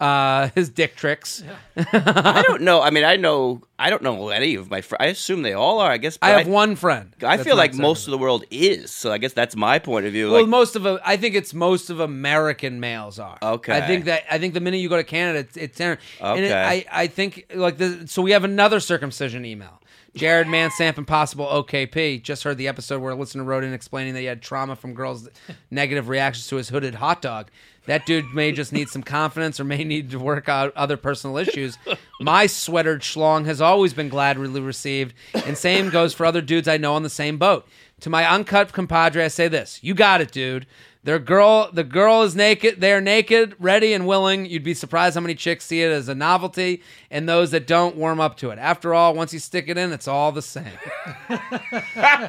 Speaker 2: uh, his dick tricks.
Speaker 3: I don't know. I mean, I know. I don't know any of my. Fr- I assume they all are. I guess.
Speaker 2: I
Speaker 3: but
Speaker 2: have one friend.
Speaker 3: I
Speaker 2: that's
Speaker 3: feel
Speaker 2: not
Speaker 3: like most of the world is. So I guess that's my point of view.
Speaker 2: Well,
Speaker 3: like,
Speaker 2: most of a, I think it's most of American males are.
Speaker 3: Okay.
Speaker 2: I think that I think the minute you go to Canada, it's, it's okay. And it,
Speaker 3: Okay.
Speaker 2: I I think like the so we have another circumcision email. Jared Mansamp Impossible OKP just heard the episode where a listener wrote in explaining that he had trauma from girls' negative reactions to his hooded hot dog. That dude may just need some confidence or may need to work out other personal issues. My sweatered schlong has always been gladly received, and same goes for other dudes I know on the same boat. To my uncut compadre, I say this: You got it, dude. Their girl, the girl is naked. They are naked, ready, and willing. You'd be surprised how many chicks see it as a novelty, and those that don't warm up to it. After all, once you stick it in, it's all the same.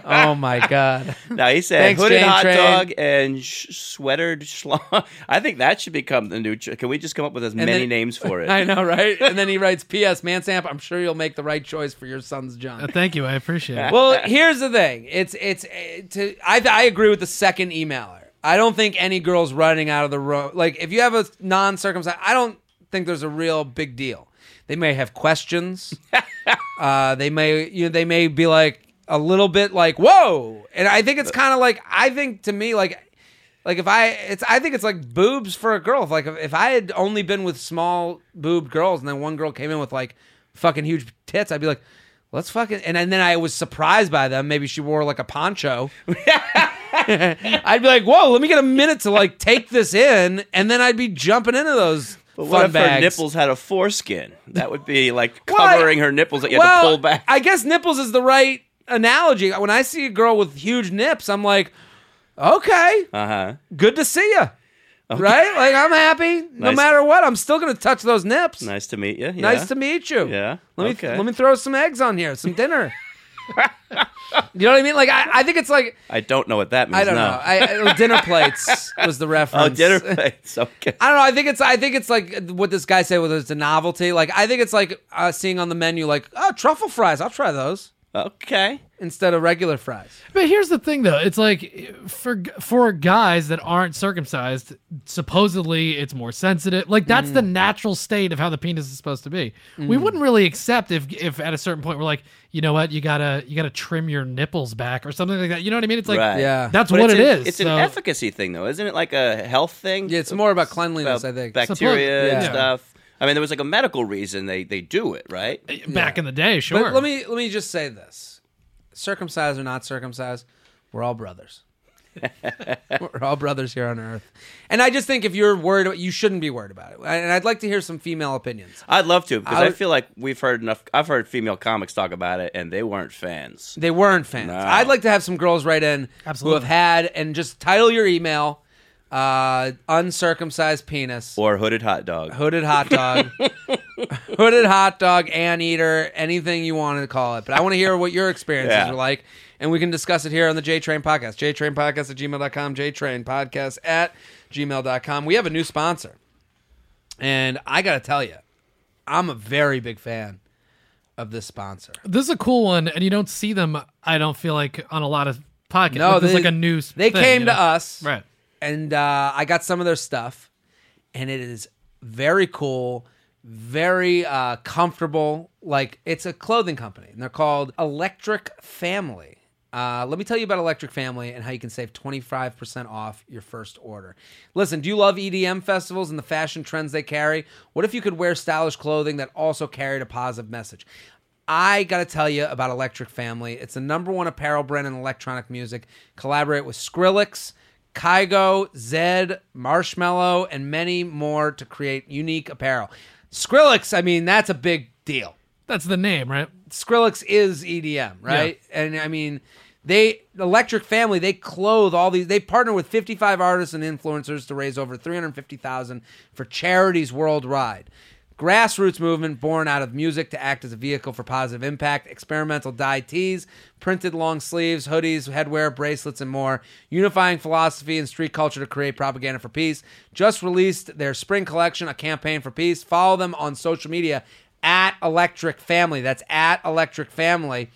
Speaker 2: oh my god!
Speaker 3: now he said
Speaker 2: Thanks,
Speaker 3: hooded
Speaker 2: Jane
Speaker 3: hot
Speaker 2: Train.
Speaker 3: dog and sh- sweatered schlong. I think that should become the new. Ch- can we just come up with as many
Speaker 2: then-
Speaker 3: names for it?
Speaker 2: I know, right? And then he writes, "P.S. Mansamp, I'm sure you'll make the right choice for your son's
Speaker 4: Uh,
Speaker 2: junk."
Speaker 4: Thank you. I appreciate it.
Speaker 2: well, here's the thing. It's it's uh, to I I agree with the second emailer. I don't think any girls running out of the room. Like if you have a non circumcised, I don't think there's a real big deal. They may have questions. uh, they may you know they may be like a little bit like whoa, and I think it's kind of like I think to me like. Like if I, it's I think it's like boobs for a girl. If like if I had only been with small boobed girls, and then one girl came in with like fucking huge tits, I'd be like, let's fucking and, and then I was surprised by them. Maybe she wore like a poncho. I'd be like, whoa, let me get a minute to like take this in, and then I'd be jumping into those
Speaker 3: But what
Speaker 2: fun
Speaker 3: if her
Speaker 2: bags.
Speaker 3: nipples had a foreskin? That would be like
Speaker 2: Well, I-
Speaker 3: covering her nipples that you had
Speaker 2: well,
Speaker 3: to pull back.
Speaker 2: I guess nipples is the right analogy. When I see a girl with huge nips, I'm like, okay,
Speaker 3: Uh huh.
Speaker 2: good to see you. Right? Like I'm happy. No
Speaker 3: Nice.
Speaker 2: matter what, I'm still gonna touch those nips.
Speaker 3: Nice to meet you. Yeah.
Speaker 2: Nice to meet you.
Speaker 3: Yeah,
Speaker 2: Let me
Speaker 3: okay.
Speaker 2: let me throw some eggs on here, some dinner. you know what I mean? Like I, I think it's like
Speaker 3: I don't know what that means.
Speaker 2: I don't
Speaker 3: no.
Speaker 2: know. I, I, dinner plates was the reference.
Speaker 3: oh, dinner plates. Okay.
Speaker 2: I don't know. I think it's. I think it's like what this guy said. Whether it's a novelty, like I think it's like uh, seeing on the menu, like oh, truffle fries. I'll try those
Speaker 3: Okay.
Speaker 2: instead of regular fries.
Speaker 4: But here's the thing, though. It's like for for guys that aren't circumcised, supposedly it's more sensitive. Like that's
Speaker 2: Mm.
Speaker 4: the natural state of how the penis is supposed to be. We wouldn't really accept if if at a certain point we're like, you know what, you gotta you gotta trim your nipples back or something like that. You know what I mean? It's like
Speaker 3: Right.
Speaker 2: Yeah.
Speaker 4: that's
Speaker 3: But
Speaker 4: what
Speaker 3: it's
Speaker 4: it
Speaker 3: an-
Speaker 4: is.
Speaker 3: It's
Speaker 4: so-
Speaker 3: an efficacy thing, though, isn't it? Like a health thing.
Speaker 2: Yeah, it's more about cleanliness, I think.
Speaker 3: Bacteria and
Speaker 2: Yeah.
Speaker 3: stuff. I mean, there was like a medical reason they they do it, right?
Speaker 4: back in the day, sure.
Speaker 2: But let me let me just say this: circumcised or not circumcised, we're all brothers. we're all brothers here on earth, and I just think if you're worried, you shouldn't be worried about it. And I'd like to hear some female opinions.
Speaker 3: I'd love to because
Speaker 2: I
Speaker 3: I,
Speaker 2: would-
Speaker 3: feel like we've heard enough. I've heard female comics talk about it, and they weren't fans.
Speaker 2: They weren't fans. I'd like to have some girls write in
Speaker 4: Absolutely.
Speaker 2: who have had and just title your email uh, uncircumcised penis,
Speaker 3: Or hooded hot dog.
Speaker 2: hooded hot dog, hooded hot dog, anteater, anything you want to call it. But I want to hear what your experiences
Speaker 3: Yeah.
Speaker 2: were like, and we can discuss it here on the J Train Podcast. J Train Podcast at gmail.com, J Train Podcast at gmail.com. We have a new sponsor. And I got to tell you, I'm a very big fan of this sponsor.
Speaker 4: this is a cool one, and you don't see them. I don't feel like on a lot of podcasts.
Speaker 2: No,
Speaker 4: like, this is
Speaker 2: they-
Speaker 4: like a news.
Speaker 2: They
Speaker 4: thing,
Speaker 2: came
Speaker 4: you
Speaker 2: to
Speaker 4: know?
Speaker 2: us,
Speaker 4: right?
Speaker 2: And uh, I got some of their stuff, and it is very cool, very uh, comfortable. Like it's a clothing company, and they're called Electric Family. Uh, let me tell you about Electric Family and how you can save 25% off your first order. Listen, do you love EDM festivals and the fashion trends they carry? What if you could wear stylish clothing that also carried a positive message? I got to tell you about Electric Family. It's the number one apparel brand in electronic music. Collaborate with Skrillex, Kygo, Zed, Marshmallow, and many more to create unique apparel. Skrillex, I mean, that's a big deal.
Speaker 4: That's the name, right?
Speaker 2: Skrillex is EDM, right? And I mean, they Electric Family, they clothe all these. They partner with 55 artists and influencers to raise over 350,000 for charities worldwide. Grassroots movement born out of music to act as a vehicle for positive impact. Experimental dye tees, printed long sleeves, hoodies, headwear, bracelets, and more. Unifying philosophy and street culture to create propaganda for peace. Just released their spring collection, a campaign for peace. Follow them on social media at Electric Family. That's at Electric Family.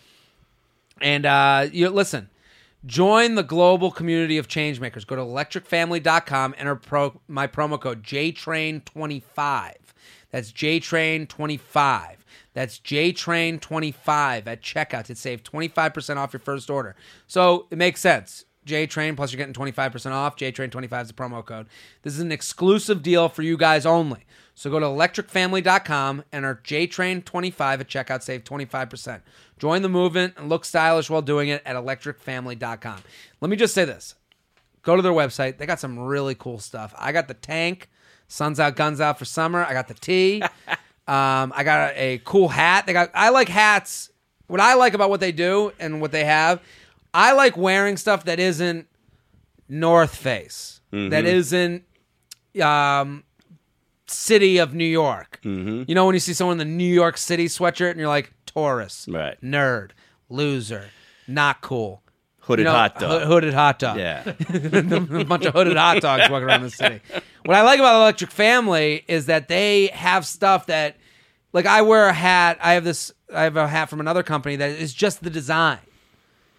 Speaker 2: And uh, you listen, join the global community of changemakers. Go to electricfamily.com, enter pro, my promo code JTRAIN25. That's JTRAIN25. That's JTRAIN25 at checkout to save 25% off your first order. So it makes sense. J Train plus you're getting 25% off. J Train 25 is the promo code. This is an exclusive deal for you guys only. So go to electricfamily.com and our J Train 25 at checkout save 25%. Join the movement and look stylish while doing it at electricfamily.com. Let me just say this. Go to their website. They got some really cool stuff. I got the tank, sun's out, guns out for summer. I got the tee. Um, I got a, a cool hat. They got. I like hats. What I like about what they do and what they have, I like wearing stuff that isn't North Face,
Speaker 3: Mm-hmm.
Speaker 2: that isn't um, City of New York.
Speaker 3: Mm-hmm.
Speaker 2: You know when you see someone in the New York City sweatshirt and you're like Taurus,
Speaker 3: Right.
Speaker 2: Nerd, loser, not cool.
Speaker 3: Hooded
Speaker 2: You know,
Speaker 3: hot dog.
Speaker 2: ho- hooded hot dog
Speaker 3: yeah.
Speaker 2: a bunch of hooded hot dogs walking around the city. What I like about Electric Family is that they have stuff that, like, I wear a hat. I have this. I have a hat from another company that is just the design,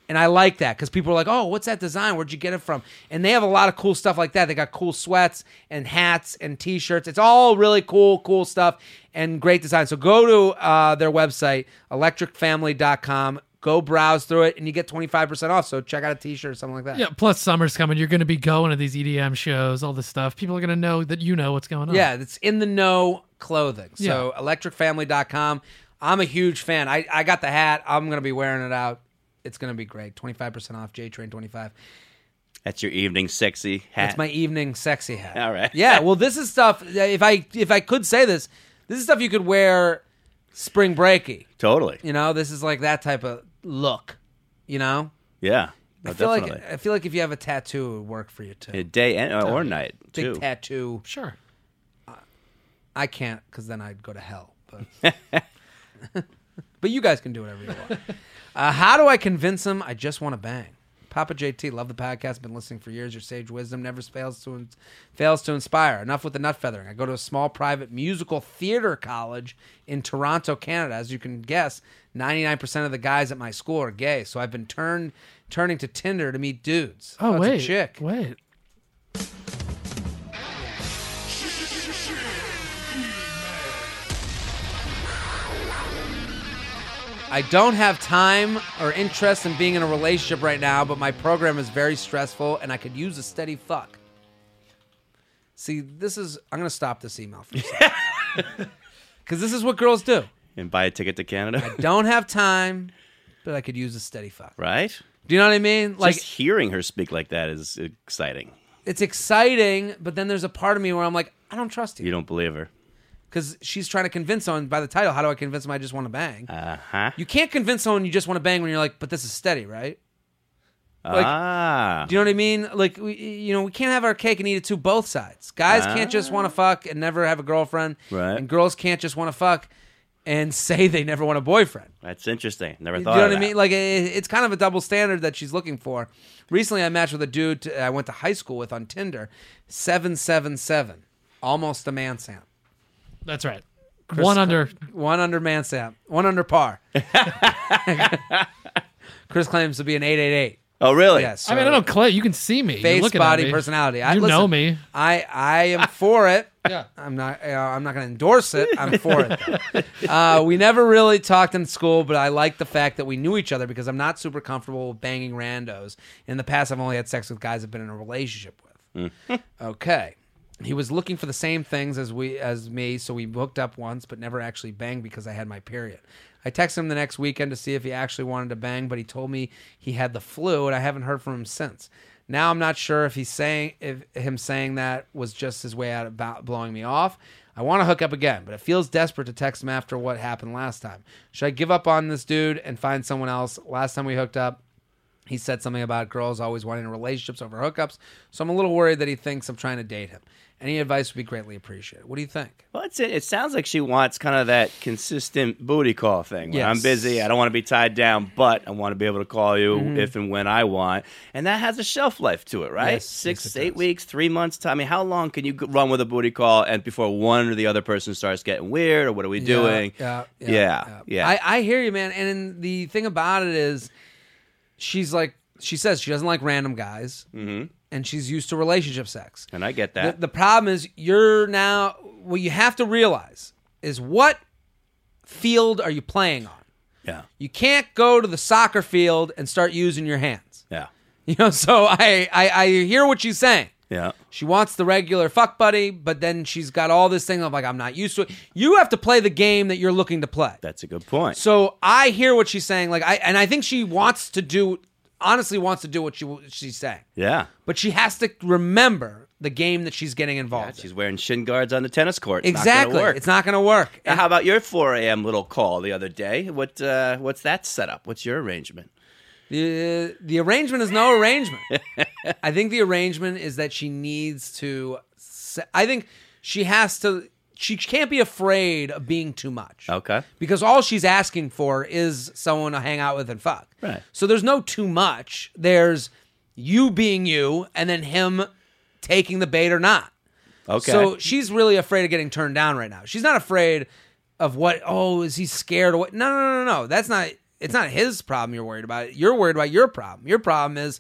Speaker 2: and I like that because people are like, "Oh, what's that design? Where'd you get it from?" And they have a lot of cool stuff like that. They got cool sweats and hats and T-shirts. It's all really cool, cool stuff and great design. So go to uh, their website, electricfamily.com. Go browse through it, and you get twenty five percent off. So check out a T shirt or something like that.
Speaker 4: Yeah. Plus, summer's coming. You're going to be going to these EDM shows, all this stuff. People are going to know that you know what's going on.
Speaker 2: Yeah, it's in the know clothing. So electricfamily.com. I'm a huge fan. I, I got the hat. I'm going to be wearing it out. It's going to be great. 25% off J Train 25.
Speaker 3: That's your evening sexy hat.
Speaker 2: That's my evening sexy hat.
Speaker 3: All right.
Speaker 2: Yeah, well this is stuff if I if I could say this, this is stuff you could wear spring breaky.
Speaker 3: totally.
Speaker 2: You know, this is like that type of look, you know?
Speaker 3: Yeah. No,
Speaker 2: I feel
Speaker 3: Oh, definitely.
Speaker 2: like I feel like if you have a tattoo it would work for you too.
Speaker 3: A day and, or night
Speaker 2: Big
Speaker 3: too.
Speaker 2: tattoo.
Speaker 4: Sure.
Speaker 2: I can't because then I'd go to hell. But but you guys can do whatever you want. Uh, how do I convince them I just want to bang? Papa JT, love the podcast. Been listening for years. Your sage wisdom never fails to fails to inspire. Enough with the nut feathering. I go to a small private musical theater college in Toronto, Canada. As you can guess, ninety nine percent of the guys at my school are gay. So I've been turned turning to Tinder to meet dudes.
Speaker 4: Oh
Speaker 2: it's
Speaker 4: wait,
Speaker 2: a chick.
Speaker 4: wait.
Speaker 2: I don't have time or interest in being in a relationship right now, but my program is very stressful and I could use a steady fuck. See, this is I'm gonna stop this email for because this is what girls do.
Speaker 3: and buy a ticket to Canada.
Speaker 2: Don't have time, but I could use a steady fuck.
Speaker 3: right?
Speaker 2: Do you know what I mean? Like
Speaker 3: Just hearing her speak like that is exciting.
Speaker 2: it's exciting, but then there's a part of me where I'm like, I don't trust
Speaker 3: You
Speaker 2: you
Speaker 3: don't believe her.
Speaker 2: because she's trying to convince someone by the title. How do I convince them I just want to bang?
Speaker 3: Uh huh.
Speaker 2: you can't convince someone you just want to bang when you're like, but this is steady, right? like-
Speaker 3: ah.
Speaker 2: Do you know what I mean? Like, we, you know, we can't have our cake and eat it too. Both sides. Guys can't just want to fuck and never have a girlfriend,
Speaker 3: Ah. Right.
Speaker 2: And girls can't just want to fuck and say they never want a boyfriend.
Speaker 3: That's interesting. Never
Speaker 2: Do
Speaker 3: thought
Speaker 2: you know
Speaker 3: of
Speaker 2: what I
Speaker 3: that.
Speaker 2: mean? Like, it, it's kind of a double standard that she's looking for. Recently, I matched with a dude t- I went to high school with on Tinder, seven seven seven, almost a man Sam,
Speaker 4: That's right. One under.
Speaker 2: one under man Sam, one under par. Chris claims to be an eight eight eight.
Speaker 3: oh, really?
Speaker 2: Yes,
Speaker 4: I mean, I don't claim. You can see me. You're
Speaker 2: face,
Speaker 4: looking at
Speaker 2: body,
Speaker 4: me.
Speaker 2: personality. I,
Speaker 4: You
Speaker 2: listen,
Speaker 4: know me.
Speaker 2: I I am for it.
Speaker 4: Yeah.
Speaker 2: I'm not. Uh, I'm not going to endorse it. I'm for it. though. Uh, we never really talked in school, but I like the fact that we knew each other because I'm not super comfortable with banging randos. In the past, I've only had sex with guys I've been in a relationship with. okay. He was looking for the same things as we as me, so we hooked up once, but never actually banged because I had my period. I texted him the next weekend to see if he actually wanted to bang, but he told me he had the flu, and I haven't heard from him since. Now I'm not sure if he's saying if him saying that was just his way out about blowing me off. I want to hook up again, but it feels desperate to text him after what happened last time. Should I give up on this dude and find someone else? Last time we hooked up, he said something about girls always wanting relationships over hookups, so I'm a little worried that he thinks I'm trying to date him. Any advice would be greatly appreciated. What do you think?
Speaker 3: Well, it's, it sounds like she wants kind of that consistent booty call thing. When I'm
Speaker 2: Yes.
Speaker 3: busy, I don't want to be tied down, but I want to be able to call you
Speaker 2: Mm-hmm.
Speaker 3: if and when I want. And that has a shelf life to it, right?
Speaker 2: Yes,
Speaker 3: Six,
Speaker 2: yes, it
Speaker 3: eight
Speaker 2: does.
Speaker 3: weeks, three months. Time. I mean, how long can you g- run with a booty call and before one or the other person starts getting weird or what are we doing?
Speaker 2: Yeah, yeah,
Speaker 3: yeah. yeah.
Speaker 2: I, I hear you, man. And then the thing about it is, she's like, she says she doesn't like random guys,
Speaker 3: Mm-hmm.
Speaker 2: and she's used to relationship sex.
Speaker 3: and I get
Speaker 2: The,
Speaker 3: that.
Speaker 2: the problem is, you're now what you have to realize is what field are you playing on?
Speaker 3: yeah.
Speaker 2: You can't go to the soccer field and start using your hands.
Speaker 3: Yeah.
Speaker 2: You know, so I I, I hear what she's saying.
Speaker 3: Yeah.
Speaker 2: She wants the regular fuck buddy, but then she's got all this thing of like, I'm not used to it. You have to play the game that you're looking to play.
Speaker 3: That's a good point.
Speaker 2: So I hear what she's saying, like I and I think she wants to do, honestly wants to do what she she's saying,
Speaker 3: yeah.
Speaker 2: but she has to remember the game that she's getting involved. in.
Speaker 3: She's wearing shin guards on the tennis court. It's not gonna
Speaker 2: exactly,
Speaker 3: work.
Speaker 2: it's not going to work.
Speaker 3: Now, how about your 4 a.m. little call the other day? What uh, what's that setup? What's your arrangement?
Speaker 2: The the arrangement is no arrangement. I think the arrangement is that she needs to. se- I think she has to. She can't be afraid of being too much.
Speaker 3: Okay.
Speaker 2: Because all she's asking for is someone to hang out with and fuck.
Speaker 3: Right.
Speaker 2: So there's no too much. There's you being you, and then him taking the bait or not.
Speaker 3: Okay.
Speaker 2: So she's really afraid of getting turned down right now. She's not afraid of what. Oh, is he scared? Or what? No, no, no, no, no. That's not. It's not his problem. You're worried about You're worried about your problem. Your problem is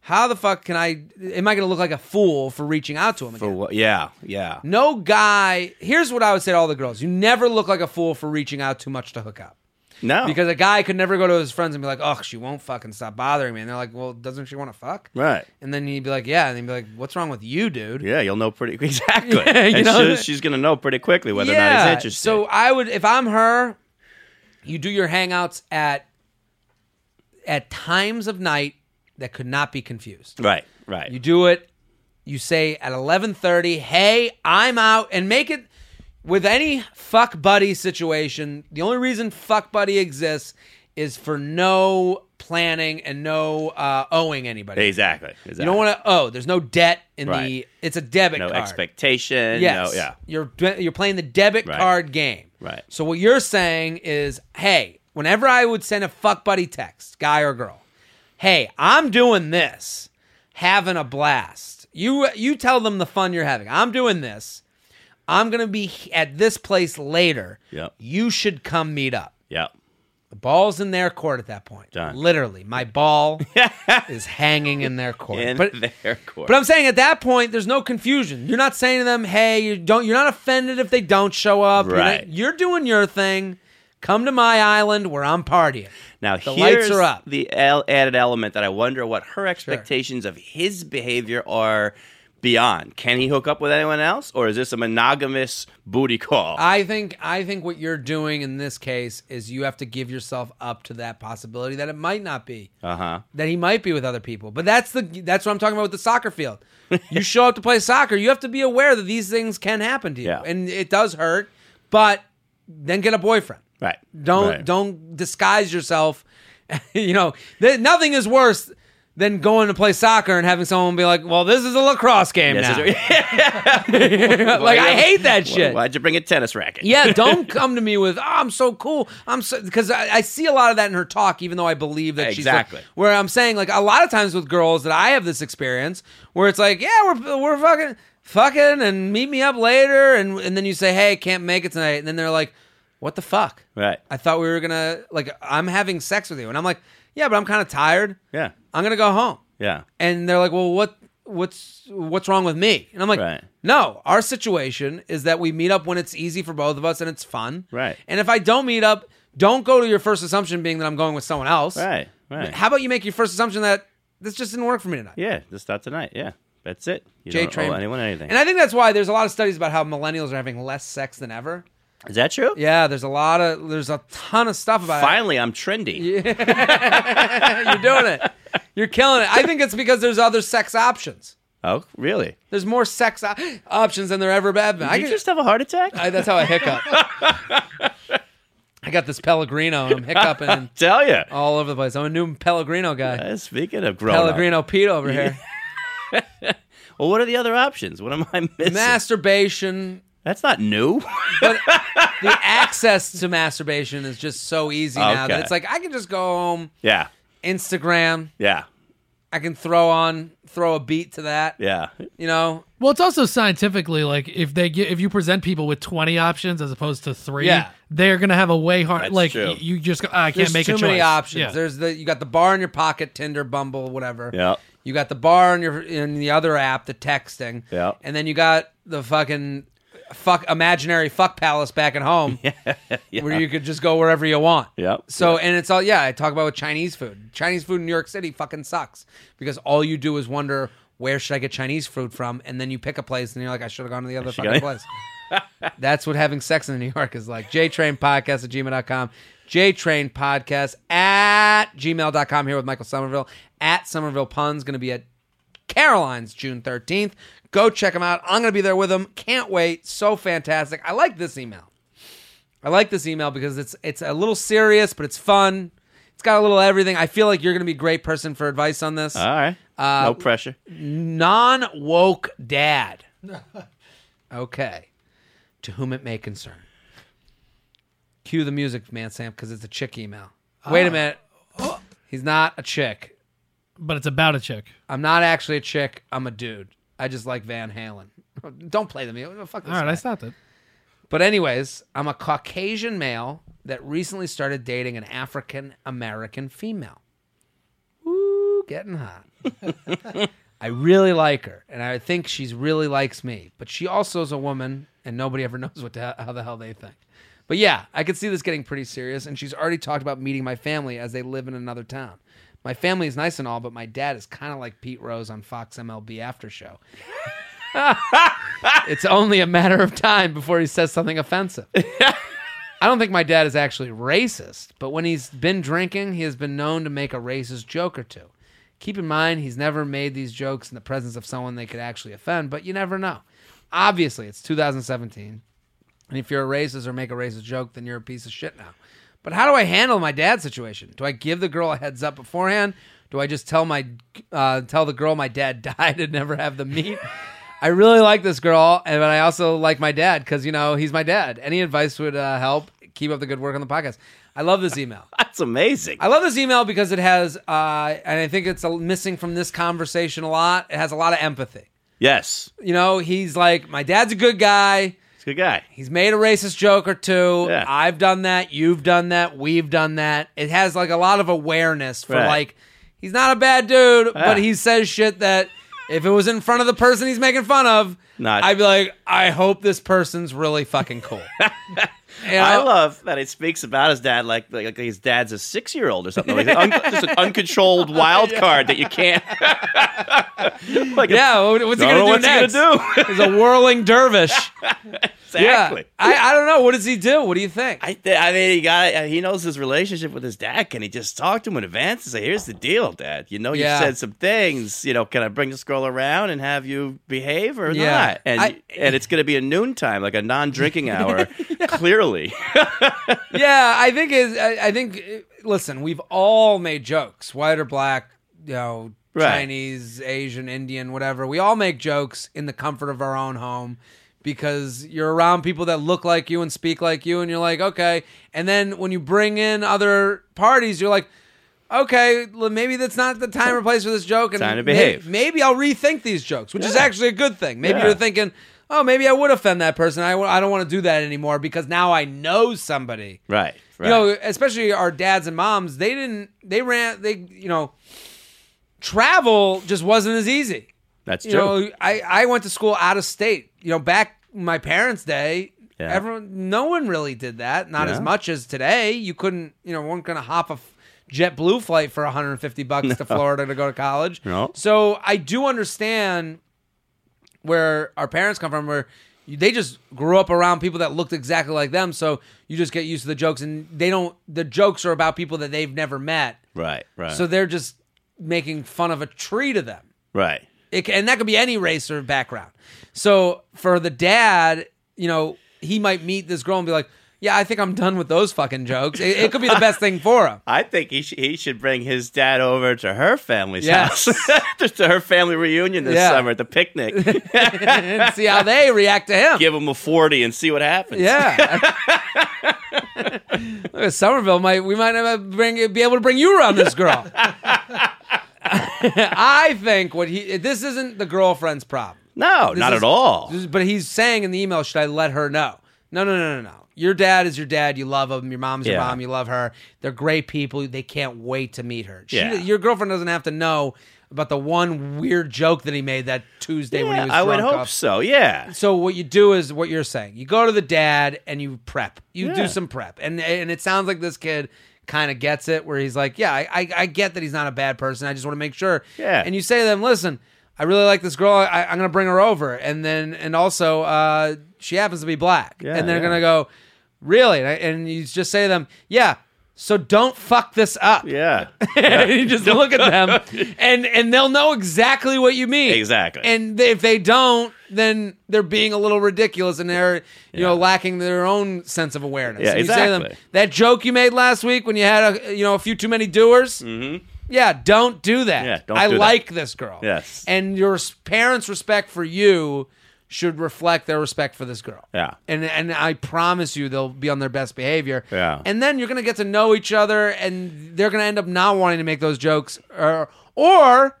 Speaker 2: how the fuck can I? Am I going to look like a fool for reaching out to him?
Speaker 3: For
Speaker 2: again?
Speaker 3: what- Oh, yeah, yeah.
Speaker 2: No guy. Here's what I would say to all the girls: You never look like a fool for reaching out too much to hook up.
Speaker 3: No.
Speaker 2: Because a guy could never go to his friends and be like, "Oh, she won't fucking stop bothering me." And they're like, "Well, doesn't she want to fuck?"
Speaker 3: Right.
Speaker 2: And then he'd be like, "Yeah," and he'd be like, "What's wrong with you, dude?"
Speaker 3: Yeah, you'll know pretty exactly.
Speaker 2: Yeah, you
Speaker 3: and
Speaker 2: know-
Speaker 3: she- she's going to know pretty quickly whether or not he's interested.
Speaker 2: So I would, if I'm her, you do your hangouts at at times of night that could not be confused.
Speaker 3: Right, right.
Speaker 2: You do it. You say at eleven thirty, "Hey, I'm out," and make it with any fuck buddy situation. The only reason fuck buddy exists is for no planning and no uh, owing anybody.
Speaker 3: exactly, exactly.
Speaker 2: You don't want to owe. There's no debt in the.
Speaker 3: Right.
Speaker 2: It's a debit
Speaker 3: no
Speaker 2: card.
Speaker 3: expectation.
Speaker 2: Yes.
Speaker 3: No, uh, yeah.
Speaker 2: You're you're playing the debit
Speaker 3: Right.
Speaker 2: card game.
Speaker 3: Right.
Speaker 2: So what you're saying is, hey, whenever I would send a fuck buddy text, guy or girl, hey, I'm doing this, having a blast. You you tell them the fun you're having. I'm doing this. I'm gonna be at this place later.
Speaker 3: Yep.
Speaker 2: You should come meet up.
Speaker 3: Yeah.
Speaker 2: The ball's in their court at that point.
Speaker 3: Done.
Speaker 2: Literally, my ball is hanging in their court.
Speaker 3: In
Speaker 2: But-
Speaker 3: their court.
Speaker 2: but I'm saying at that point, there's no confusion. You're not saying to them, "Hey, you don't." You're not offended if they don't show up. You're,
Speaker 3: Right.
Speaker 2: not- you're doing your thing. Come to my island where I'm partying.
Speaker 3: now
Speaker 2: the lights
Speaker 3: here's
Speaker 2: are up.
Speaker 3: the el- added element that I wonder what her expectations of his behavior are beyond. Can he hook up with anyone else, or is this a monogamous booty call?
Speaker 2: I think I think what you're doing in this case is you have to give yourself up to that possibility that it might not be.
Speaker 3: Uh huh.
Speaker 2: that he might be with other people. But that's the that's what I'm talking about with the soccer field. You show up to play soccer, you have to be aware that these things can happen to you,
Speaker 3: Yeah.
Speaker 2: and it does hurt. But then get a boyfriend.
Speaker 3: Right.
Speaker 2: Don't
Speaker 3: Right.
Speaker 2: don't disguise yourself. you know, th- nothing is worse than going to play soccer and having someone be like, "Well, this is a lacrosse game
Speaker 3: Yes,
Speaker 2: now."
Speaker 3: it's-
Speaker 2: like I hate that shit.
Speaker 3: Why'd you bring a tennis racket?
Speaker 2: Yeah, don't come to me with "Oh, I'm so cool." I'm so because I, I see a lot of that in her talk, even though I believe that
Speaker 3: Exactly.
Speaker 2: she's like, where I'm saying like a lot of times with girls that I have this experience where it's like, yeah, we're we're fucking fucking and meet me up later, and and then you say, hey, can't make it tonight, and then they're like, what the fuck?
Speaker 3: Right.
Speaker 2: I thought we were gonna like I'm having sex with you, and I'm like, yeah, but I'm kind of tired.
Speaker 3: Yeah.
Speaker 2: I'm gonna go home
Speaker 3: Yeah.
Speaker 2: and they're like, "Well, what what's what's wrong with me?" And I'm like,
Speaker 3: Right.
Speaker 2: "No, our situation is that we meet up when it's easy for both of us and it's fun.
Speaker 3: Right.
Speaker 2: And if I don't meet up, don't go to your first assumption being that I'm going with someone else.
Speaker 3: Right. Right.
Speaker 2: How about you make your first assumption that this just didn't work for me tonight?
Speaker 3: yeah. Just not tonight. Yeah. That's it. You
Speaker 2: J
Speaker 3: don't
Speaker 2: train.
Speaker 3: owe anyone anything.
Speaker 2: And I think that's why there's a lot of studies about how millennials are having less sex than ever.
Speaker 3: is that true?
Speaker 2: Yeah, there's a lot of there's a ton of stuff about it.
Speaker 3: Finally, I'm trendy.
Speaker 2: You're doing it. You're killing it. I think it's because there's other sex options.
Speaker 3: Oh, really?
Speaker 2: There's more sex op- options than there ever have been. I
Speaker 3: Did you
Speaker 2: could-
Speaker 3: just have a heart attack?
Speaker 2: I, that's how I hiccup. I got this Pellegrino and I'm hiccuping and
Speaker 3: Tell you.
Speaker 2: all over the place. I'm a new Pellegrino guy.
Speaker 3: Speaking of growing up.
Speaker 2: Oh. Pellegrino Pete over here.
Speaker 3: Well, what are the other options? What am I missing?
Speaker 2: Masturbation.
Speaker 3: That's not new.
Speaker 2: But the access to masturbation is just so easy now that
Speaker 3: Okay.
Speaker 2: it's like I can just go home,
Speaker 3: yeah.
Speaker 2: Instagram.
Speaker 3: Yeah.
Speaker 2: I can throw on, throw a beat to that.
Speaker 3: Yeah.
Speaker 2: You know,
Speaker 4: Well, it's also scientifically like if they get if you present people with twenty options as opposed to three,
Speaker 2: Yeah.
Speaker 4: they're gonna have a way hard.
Speaker 3: That's
Speaker 4: like
Speaker 3: true.
Speaker 4: y- you just go, "Ah, I can't
Speaker 2: there's
Speaker 4: make
Speaker 2: too
Speaker 4: a choice.
Speaker 2: many options.
Speaker 4: Yeah.
Speaker 2: There's the you got the bar in your pocket, Tinder, Bumble, whatever.
Speaker 3: Yeah.
Speaker 2: You got the bar in your in the other app, the texting.
Speaker 3: Yeah.
Speaker 2: And then you got the fucking fuck imaginary fuck palace back at home where you could just go wherever you want.
Speaker 3: Yep.
Speaker 2: So and it's all yeah, I talk about with Chinese food. Chinese food in New York City fucking sucks because all you do is wonder where should I get Chinese food from and then you pick a place and you're like I should have gone to the other
Speaker 3: should
Speaker 2: fucking
Speaker 3: go-
Speaker 2: place. That's what having sex in New York is like. JTrain Podcast at gmail.com. JTrain Podcast at gmail.com here with Michael Somerville. At Somerville Puns, going to be at Caroline's June 13th. Go check them out. I'm going to be there with them. Can't wait. So fantastic. I like this email. I like this email because it's it's a little serious, but it's fun. It's got a little everything. I feel like you're going to be a great person for advice on this.
Speaker 3: All right.
Speaker 2: Uh,
Speaker 3: no pressure.
Speaker 2: Non woke dad. okay. To whom it may concern. Cue the music, man, Sam, because it's a chick email. Wait a minute. He's not a chick.
Speaker 4: but it's about a chick.
Speaker 2: I'm not actually a chick. I'm a dude. I just like Van Halen. Don't play the music. Fuck this.
Speaker 4: All right,
Speaker 2: guy.
Speaker 4: I stopped it.
Speaker 2: But anyways, I'm a Caucasian male that recently started dating an African American female. Ooh, getting hot. I really like her, and I think she's really likes me. But she also is a woman, and nobody ever knows what the, how the hell they think. But yeah, I could see this getting pretty serious, and she's already talked about meeting my family as they live in another town. My family is nice and all, but my dad is kind of like Pete Rose on Fox MLB After Show. It's only a matter of time before he says something offensive. I don't think my dad is actually racist, but when he's been drinking, he has been known to make a racist joke or two. Keep in mind, he's never made these jokes in the presence of someone they could actually offend, but you never know. Obviously, it's 2017. And if you're a racist or make a racist joke, then you're a piece of shit now. But how do I handle my dad's situation? Do I give the girl a heads up beforehand? Do I just tell my uh, tell the girl my dad died and never have the meet? I really like this girl, and but I also like my dad because you know he's my dad. Any advice would uh, help. Keep up the good work on the podcast. I love this email.
Speaker 3: That's amazing.
Speaker 2: I love this email because it has, uh, and I think it's uh, missing from this conversation a lot. It has a lot of empathy.
Speaker 3: yes,
Speaker 2: You know, he's like, my dad's a good guy.
Speaker 3: he's a good guy.
Speaker 2: He's made a racist joke or two.
Speaker 3: Yeah.
Speaker 2: I've done that. You've done that. We've done that. It has like a lot of awareness for
Speaker 3: Right.
Speaker 2: like, he's not a bad dude, but
Speaker 3: Yeah.
Speaker 2: he says shit that if it was in front of the person he's making fun of,
Speaker 3: Not-
Speaker 2: I'd be like, I hope this person's really fucking cool. You know?
Speaker 3: I love that it speaks about his dad like like, like his dad's a six year old or something. Like un- just an uncontrolled wild card that you can't. like a-
Speaker 2: yeah, what- what's he
Speaker 3: I
Speaker 2: gonna do
Speaker 3: don't know what's
Speaker 2: next?
Speaker 3: he gonna do.
Speaker 2: He's a whirling dervish. Yeah,
Speaker 3: exactly.
Speaker 2: I, I don't know. What does he do? What do you think?
Speaker 3: I, th- I mean, he got. uh, He knows his relationship with his dad. Can he just talk to him in advance and say, "Here's the deal, Dad. You know, you
Speaker 2: Yeah.
Speaker 3: said some things. You know, can I bring this girl around and have you behave or
Speaker 2: Yeah.
Speaker 3: not?" And
Speaker 2: I-
Speaker 3: and it's going to be a noontime, like a non-drinking hour. Clearly,
Speaker 2: yeah, I think is I, I think. Listen, we've all made jokes, white or black, you know,
Speaker 3: Right.
Speaker 2: Chinese, Asian, Indian, whatever. We all make jokes in the comfort of our own home because you're around people that look like you and speak like you, and you're like, okay. And then when you bring in other parties, you're like. Okay, well, maybe that's not the time or place for this joke, and
Speaker 3: Time to
Speaker 2: may-
Speaker 3: behave.
Speaker 2: maybe I'll rethink these jokes, which is actually a good thing. Maybe
Speaker 3: Yeah.
Speaker 2: you're thinking, oh, maybe I would offend that person. I w- I don't want to do that anymore because now I know somebody.
Speaker 3: right? Right.
Speaker 2: You know, especially our dads and moms, they didn't, they ran, they, you know, travel just wasn't as easy.
Speaker 3: That's
Speaker 2: You
Speaker 3: true.
Speaker 2: know, I, I went to school out of state. You know, back in my parents' day,
Speaker 3: Yeah.
Speaker 2: everyone, no one really did that. Not as
Speaker 3: Yeah.
Speaker 2: much as today. You couldn't, you know, one going to hop a f- JetBlue flight for 150 bucks to Florida to go to college.
Speaker 3: No.
Speaker 2: So I do understand where our parents come from, where you- they just grew up around people that looked exactly like them. So you just get used to the jokes, and they don't. The jokes are about people that they've never met,
Speaker 3: right. Right.
Speaker 2: so they're just making fun of a tree to them.
Speaker 3: right.
Speaker 2: It, can- and that could be any race or background. So for the dad, you know, he might meet this girl and be like, "Yeah, I think I'm done with those fucking jokes." It, it could be the best thing for him.
Speaker 3: I think he, sh- he should bring his dad over to her family's
Speaker 2: Yes.
Speaker 3: house, just to her family reunion this
Speaker 2: Yeah.
Speaker 3: summer at the picnic.
Speaker 2: and see how they react to him.
Speaker 3: Give him a forty and see what happens.
Speaker 2: Yeah. Look at Somerville. Might we might have a bring be able to bring you around this girl. I think what he this isn't the girlfriend's problem,
Speaker 3: No, not
Speaker 2: is-
Speaker 3: at all.
Speaker 2: This is- but he's saying in the email, should I let her know? No, no, no, no, no. Your dad is your dad. You love him. Your mom's your
Speaker 3: Yeah.
Speaker 2: mom. You love her. They're great people. They can't wait to meet her. She,
Speaker 3: Yeah.
Speaker 2: Your girlfriend doesn't have to know about the one weird joke that he made that Tuesday when he
Speaker 3: Yeah,
Speaker 2: was.
Speaker 3: I would
Speaker 2: drunk
Speaker 3: hope
Speaker 2: off
Speaker 3: so. Yeah.
Speaker 2: so what you do is what you're saying. You go to the dad and you prep. You
Speaker 3: Yeah.
Speaker 2: do some prep, and and it sounds like this kid kind of gets it, where he's like, yeah, I, I I get that he's not a bad person. I just want to make sure.
Speaker 3: Yeah.
Speaker 2: And you say to them, listen, I really like this girl. I, I'm gonna bring her over, and then and also uh, she happens to be black,
Speaker 3: Yeah,
Speaker 2: and they're
Speaker 3: yeah.
Speaker 2: gonna go, really, and, I, and you just say to them, yeah. So don't fuck this up.
Speaker 3: Yeah.
Speaker 2: you just look at them, and and they'll know exactly what you mean.
Speaker 3: Exactly.
Speaker 2: And they, if they don't, then they're being a little ridiculous, and they're you know
Speaker 3: Yeah.
Speaker 2: lacking their own sense of awareness.
Speaker 3: Yeah,
Speaker 2: and you say to them,
Speaker 3: exactly.
Speaker 2: that joke you made last week when you had a you know a few too many doers. Yeah, don't do that.
Speaker 3: Mm-hmm. Yeah, don't
Speaker 2: I
Speaker 3: do that.
Speaker 2: like this girl.
Speaker 3: Yes.
Speaker 2: And your s- parents' respect for you should reflect their respect for this girl.
Speaker 3: Yeah.
Speaker 2: And and I promise you they'll be on their best behavior.
Speaker 3: Yeah.
Speaker 2: And then you're gonna get to know each other and they're gonna end up not wanting to make those jokes or or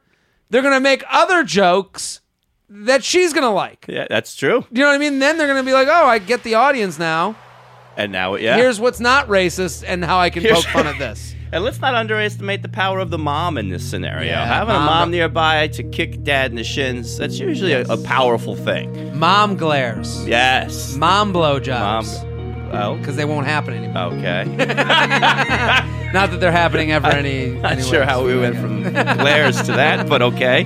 Speaker 2: they're gonna make other jokes that she's gonna like.
Speaker 3: Yeah, that's true.
Speaker 2: You know what I mean? Then they're gonna be like, Oh, I get the audience now.
Speaker 3: And now, yeah.
Speaker 2: Here's what's not racist and how I can
Speaker 3: Here's-
Speaker 2: poke fun at this.
Speaker 3: and let's not underestimate the power of the mom in this scenario.
Speaker 2: Yeah,
Speaker 3: Having
Speaker 2: mom-
Speaker 3: a mom nearby to kick dad in the shins, that's usually a, a powerful thing.
Speaker 2: Mom glares.
Speaker 3: Yes.
Speaker 2: Mom blowjobs.
Speaker 3: Well,
Speaker 2: because they won't happen anymore.
Speaker 3: okay.
Speaker 2: Not that they're happening ever any.
Speaker 3: Not sure how we went from glares to that, but okay.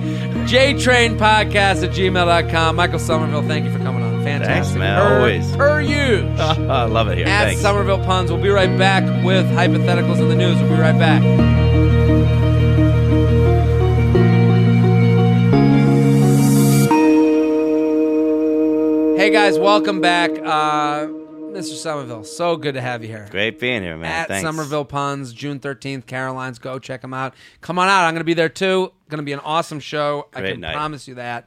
Speaker 2: JTrainPodcast at gmail.com. Michael Somerville, thank you for coming on. Fantastic.
Speaker 3: Thanks, man.
Speaker 2: Per-
Speaker 3: Always.
Speaker 2: Per you.
Speaker 3: Oh, I love it here.
Speaker 2: At
Speaker 3: Thanks.
Speaker 2: Somerville Puns. We'll be right back with hypotheticals in the news. We'll be right back. Hey guys, welcome back. Uh, Mr. Somerville, so good to have you here.
Speaker 3: Great being here, man.
Speaker 2: At
Speaker 3: Thanks.
Speaker 2: Somerville Ponds, June 13th, Caroline's. Go check them out. Come on out. I'm going to be there too. Going to be an awesome show. I
Speaker 3: Great
Speaker 2: can
Speaker 3: night.
Speaker 2: promise you that.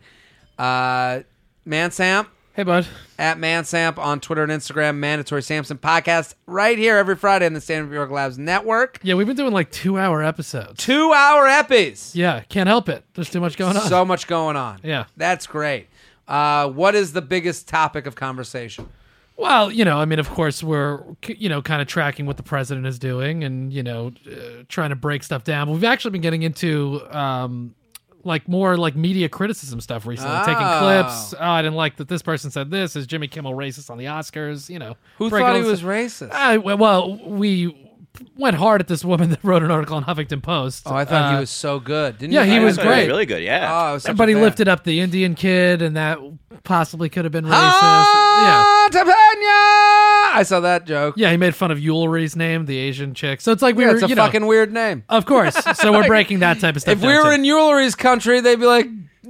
Speaker 2: Uh, Mansamp,
Speaker 4: Hey, bud.
Speaker 2: at Mansamp on Twitter and Instagram, Mandatory Samson Podcast, right here every Friday on the Stand Up New York Labs Network.
Speaker 4: Yeah, we've been doing like two hour episodes.
Speaker 2: Two hour episodes.
Speaker 4: Yeah, can't help it. There's too much going on.
Speaker 2: So much going on.
Speaker 4: Yeah.
Speaker 2: That's great. Uh, what is the biggest topic of conversation?
Speaker 4: Well, you know, I mean, of course, we're c- you know kind of tracking what the president is doing and you know uh, trying to break stuff down. But we've actually been getting into um, like more like media criticism stuff recently, taking
Speaker 2: Oh.
Speaker 4: clips. Oh, I didn't like that this person said this. Is Jimmy Kimmel racist on the Oscars? You know,
Speaker 2: Who
Speaker 4: breaking
Speaker 2: thought
Speaker 4: all
Speaker 2: he was
Speaker 4: this-
Speaker 2: racist?
Speaker 4: Uh, w- well, we went hard at this woman that wrote an article on Huffington Post.
Speaker 2: oh, I thought
Speaker 4: Uh,
Speaker 2: he was so good. Didn't
Speaker 4: yeah,
Speaker 2: you
Speaker 4: he
Speaker 2: guys-
Speaker 3: I
Speaker 4: was
Speaker 3: thought it
Speaker 4: great.
Speaker 3: Really good,
Speaker 2: Oh,
Speaker 3: yeah.
Speaker 2: I was such a
Speaker 4: Somebody
Speaker 2: fan.
Speaker 4: lifted up the Indian kid, and that possibly could have been racist. yeah.
Speaker 2: Ah, Tepenya! I saw that joke.
Speaker 4: Yeah, he made fun of Yulri's name, the Asian chick. So it's like we
Speaker 2: Yeah,
Speaker 4: were,
Speaker 2: it's a
Speaker 4: you know,
Speaker 2: fucking weird name.
Speaker 4: of course. So we're breaking that type of stuff.
Speaker 2: If we
Speaker 4: down,
Speaker 2: were
Speaker 4: too.
Speaker 2: in Eulery's country, they'd be like,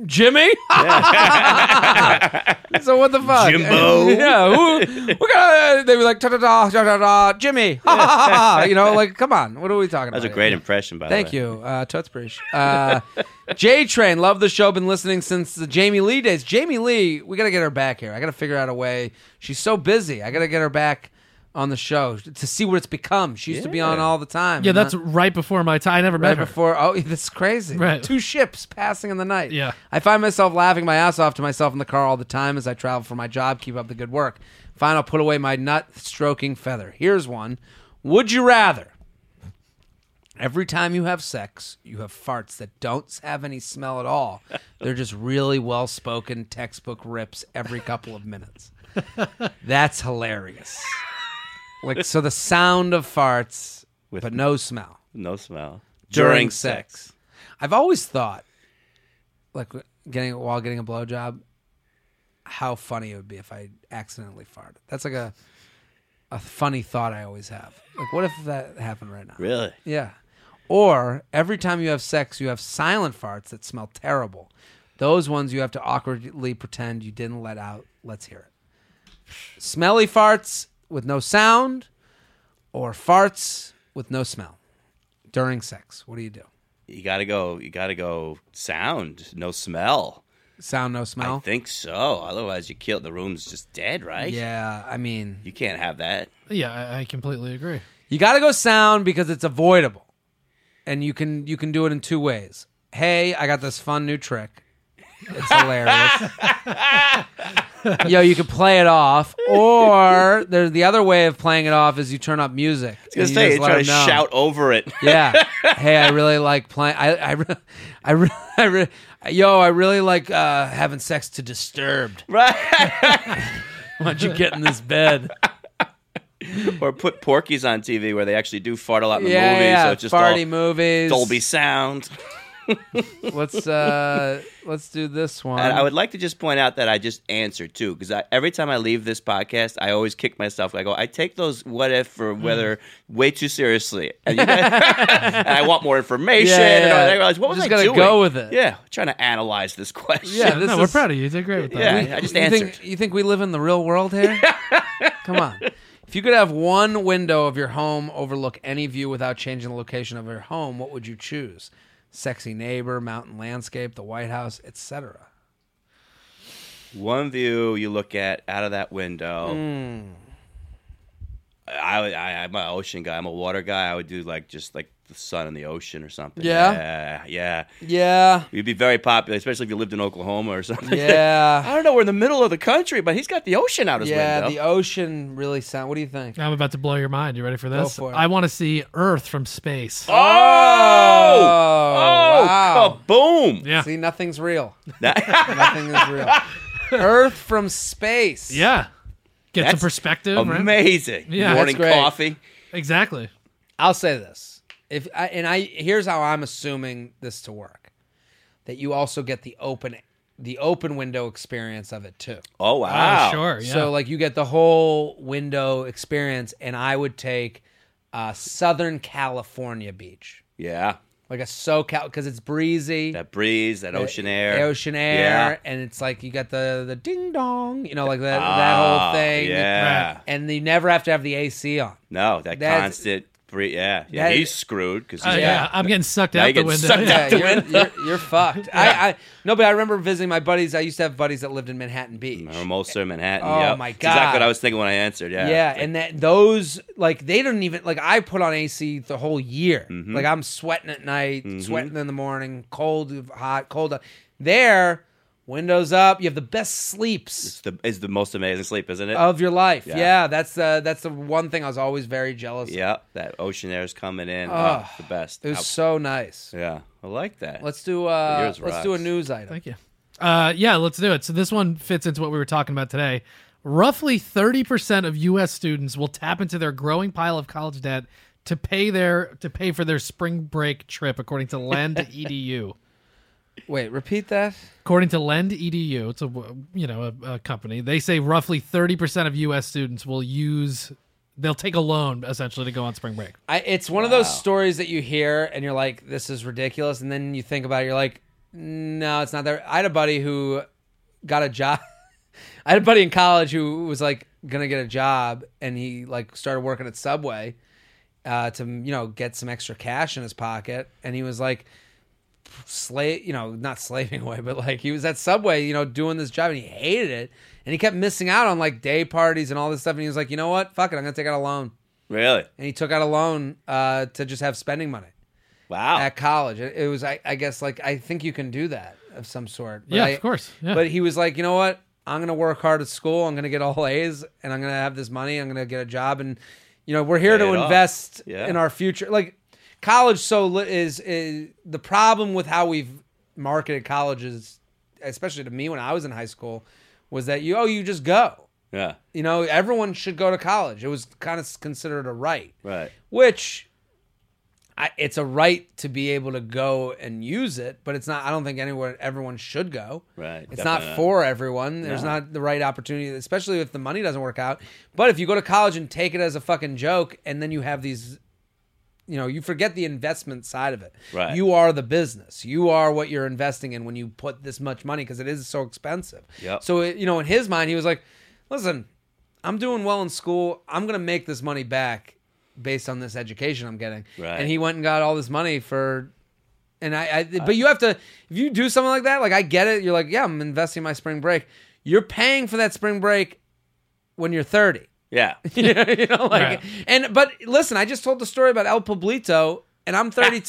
Speaker 2: Jimmy? so what the fuck?
Speaker 3: Jimbo.
Speaker 2: yeah, who, we got, they'd be like, da da da, da da da, Jimmy. Ha, ha, ha, ha, ha. You know, like, come on. What are we talking about?
Speaker 3: That was a
Speaker 2: here?
Speaker 3: great impression, by
Speaker 2: Thank
Speaker 3: the way.
Speaker 2: you, uh, Toots British. Uh, J Train, love the show. Been listening since the Jamie Lee days. Jamie Lee, we got to get her back here. I got to figure out a way. She's so busy. I got to get her back on the show to see what it's become. She used to be on all the time.
Speaker 4: yeah,
Speaker 2: and
Speaker 4: that's
Speaker 2: not-
Speaker 4: right before my time. I never
Speaker 2: Uh-huh. right
Speaker 4: met her.
Speaker 2: before. Oh, that's crazy.
Speaker 4: Right.
Speaker 2: Two ships passing in the night.
Speaker 4: Yeah.
Speaker 2: I find myself laughing my ass off to myself in the car all the time as I travel for my job. Keep up the good work. Fine, I'll put away my nut stroking feather. Here's one. Would you rather? Every time you have sex, you have farts that don't have any smell at all. They're just really well spoken textbook rips every couple of minutes. That's hilarious. Like, so the sound of farts,
Speaker 3: With-
Speaker 2: but no smell
Speaker 3: No smell.
Speaker 2: I've always thought, like getting while getting a blowjob, how funny it would be if I accidentally farted. That's like a a funny thought I always have. Like, what if that happened right now?
Speaker 3: Really?
Speaker 2: Yeah. Or every time you have sex, you have silent farts that smell terrible. Those ones you have to awkwardly pretend you didn't let out. Let's hear it. Smelly farts with no sound, or farts with no smell during sex. What do you do?
Speaker 3: You gotta go. You gotta go. Sound, no smell.
Speaker 2: Sound, no smell.
Speaker 3: I think so. Otherwise, you kill the room's just dead, right?
Speaker 2: yeah, I mean,
Speaker 3: You can't have that.
Speaker 4: Yeah, I, I completely agree.
Speaker 2: you got to go sound because it's avoidable, and you can you can do it in two ways. Hey, I got this fun new trick. It's hilarious. Yo, you can play it off, or there's the other way of playing it off is you turn up music. and
Speaker 3: Just
Speaker 2: you
Speaker 3: say
Speaker 2: just
Speaker 3: you
Speaker 2: let
Speaker 3: try to
Speaker 2: 'em know.
Speaker 3: shout over it.
Speaker 2: Yeah. Hey, I really like playing. I, I, re- I, re- I, re- yo, I really like uh, having sex to Disturbed.
Speaker 3: Right.
Speaker 2: Why don't you get in this bed?
Speaker 3: or put Porky's on TV where they actually do fart a lot in the
Speaker 2: yeah,
Speaker 3: movie,
Speaker 2: yeah.
Speaker 3: so it's just
Speaker 2: party
Speaker 3: all
Speaker 2: movies.
Speaker 3: Dolby sound.
Speaker 2: let's uh let's do this one.
Speaker 3: And I would like to just point out that I just answered too, because every time I leave this podcast, I always kick myself. I go, I take those what if or
Speaker 2: Mm.
Speaker 3: whether way too seriously, and, you guys, and I want more information.
Speaker 2: Yeah, yeah,
Speaker 3: and I
Speaker 2: yeah.
Speaker 3: realize what was
Speaker 2: Just
Speaker 3: I
Speaker 2: gotta
Speaker 3: doing?
Speaker 2: go with it.
Speaker 3: Yeah, trying to analyze this question.
Speaker 2: Yeah, this
Speaker 4: no, we're
Speaker 2: is-
Speaker 4: proud of you. You did great with that.
Speaker 3: Yeah.
Speaker 4: We-
Speaker 3: I just
Speaker 2: you
Speaker 3: answered.
Speaker 2: Think, you think we live in the real world here? Come on. If you could have one window of your home overlook any view without changing the location of your home, what would you choose? Sexy neighbor, mountain landscape, the White House, etc.
Speaker 3: One view you look at out of that window.
Speaker 2: Hmm.
Speaker 3: I, would- I I'm an ocean guy. I'm a water guy. I would do like just like the sun and the ocean or something.
Speaker 2: Yeah?
Speaker 3: yeah, yeah.
Speaker 2: Yeah.
Speaker 3: You'd be very popular, especially if you lived in Oklahoma or something.
Speaker 2: Yeah.
Speaker 3: I don't know. We're in the middle of the country, but he's got the ocean out his
Speaker 2: yeah, the
Speaker 3: window.
Speaker 2: ocean really sound. What do you think?
Speaker 3: Oh.
Speaker 4: I'm about to blow your mind. You ready for this?
Speaker 2: for it.
Speaker 4: I want to see Earth from space.
Speaker 3: oh, oh,
Speaker 2: wow.
Speaker 3: kaboom!
Speaker 4: yeah,
Speaker 2: See, nothing's real. Nothing is real. Earth from space.
Speaker 4: yeah. Get some
Speaker 3: That's
Speaker 4: perspective. right?
Speaker 3: Amazing.
Speaker 4: Yeah.
Speaker 3: Morning
Speaker 2: That's great.
Speaker 3: coffee.
Speaker 4: Exactly.
Speaker 2: I'll say this: if I, and I here's how I'm assuming this to work, that you also get the open the open window experience of it too.
Speaker 3: Oh wow!
Speaker 4: Oh, sure. Yeah.
Speaker 2: So like you get the whole window experience, and I would take uh, Southern California beach,
Speaker 3: Yeah,
Speaker 2: like a SoCal, because it's breezy,
Speaker 3: that breeze, that ocean air,
Speaker 2: ocean air, and it's like you got the the ding dong, you know, like that that
Speaker 3: Ah,
Speaker 2: whole thing.
Speaker 3: Yeah.
Speaker 2: And you never have to have the AC on.
Speaker 3: No, that
Speaker 2: That's-
Speaker 3: constant breeze. Yeah, yeah.
Speaker 2: That-
Speaker 3: he's screwed because
Speaker 4: Uh,
Speaker 3: he's
Speaker 4: yeah,
Speaker 2: Yeah.
Speaker 4: I'm getting sucked
Speaker 3: Now
Speaker 4: out the
Speaker 3: you get
Speaker 4: window.
Speaker 3: sucked
Speaker 2: Yeah,
Speaker 3: out
Speaker 2: you're, you're, you're fucked. I, I no, but I remember visiting my buddies. I used to have buddies that lived in Manhattan Beach.
Speaker 3: Hermosa, Manhattan.
Speaker 2: Oh,
Speaker 3: yep.
Speaker 2: my
Speaker 3: It's Exactly
Speaker 2: God.
Speaker 3: what I was thinking when I answered. Yeah.
Speaker 2: Yeah, and that those like they don't even like I put on AC the whole year.
Speaker 3: Mm-hmm.
Speaker 2: Like I'm sweating at night, sweating in the morning, cold, hot, cold. There, windows up. You have the best sleeps
Speaker 3: It's the is the most amazing sleep, isn't it?
Speaker 2: of your life. Yeah,
Speaker 3: Yeah.
Speaker 2: that's the that's the one thing I was always very jealous. of.
Speaker 3: yeah, that ocean air is coming in. Oh, the best.
Speaker 2: it was
Speaker 3: Out-
Speaker 2: so nice.
Speaker 3: yeah, I like that.
Speaker 2: Let's do uh,
Speaker 3: Yours
Speaker 2: let's do a
Speaker 3: rocks.
Speaker 2: news item.
Speaker 4: Thank you. Uh, yeah, let's do it. So this one fits into what we were talking about today. Roughly 30% of U.S. students will tap into their growing pile of college debt to pay their to pay for their spring break trip, according to Lend Edu.
Speaker 2: Wait, repeat that.
Speaker 4: According to Lend Edu, it's a you know a, a company. They say roughly 30% of U.S. students will use they'll take a loan essentially to go on spring break.
Speaker 2: I, it's one of those stories that you hear and you're like, this is ridiculous. And then you think about it, you're like, no, it's not that. I had a buddy who got a job. I had a buddy in college who was like gonna get a job, and he like started working at Subway uh, to you know get some extra cash in his pocket, and he was like slave, you know, not slaving away, but like he was at Subway, you know, doing this job, and he hated it, and he kept missing out on like day parties and all this stuff, and he was like, you know what, fuck it, I'm gonna take out a loan
Speaker 3: really?
Speaker 2: and he took out a loan uh, to just have spending money
Speaker 3: Wow.
Speaker 2: at college. It, it was, I, I guess, like I think you can do that of some sort. But
Speaker 4: Yeah,
Speaker 2: I-
Speaker 4: of course. Yeah.
Speaker 2: But he was like, you know what? I'm gonna work hard at school. I'm gonna get all A's, and I'm gonna have this money. I'm gonna get a job, and you know, we're here
Speaker 3: Pay
Speaker 2: to
Speaker 3: it off.
Speaker 2: invest
Speaker 3: Yeah.
Speaker 2: in our future. Like college, so li- is, is the problem with how we've marketed colleges, especially to me when I was in high school, was that you oh you just go.
Speaker 3: yeah.
Speaker 2: You know, everyone should go to college. It was kind of considered a right
Speaker 3: Right.
Speaker 2: which I, it's a right to be able to go and use it, but it's not. I don't think anywhere everyone should go.
Speaker 3: Right,
Speaker 2: It's not,
Speaker 3: definitely not.
Speaker 2: for everyone. There's not the right opportunity, especially if the money doesn't work out. But if you go to college and take it as a fucking joke, and then you have these, you know, you forget the investment side of it.
Speaker 3: Right.
Speaker 2: You are the business. You are what you're investing in when you put this much money because it is so expensive.
Speaker 3: Yep.
Speaker 2: So it, you know, in his mind, he was like, "Listen, I'm doing well in school. I'm gonna make this money back based on this education I'm getting.
Speaker 3: Right.
Speaker 2: And he went and got all this money for, and I, I but you have to, if you do something like that, like I get it. You're like, yeah, I'm investing my spring break. You're paying for that spring break when you're 30.
Speaker 3: Yeah.
Speaker 2: you know, like,
Speaker 4: Right.
Speaker 2: and, but listen, I just told the story about El Poblito and I'm 32.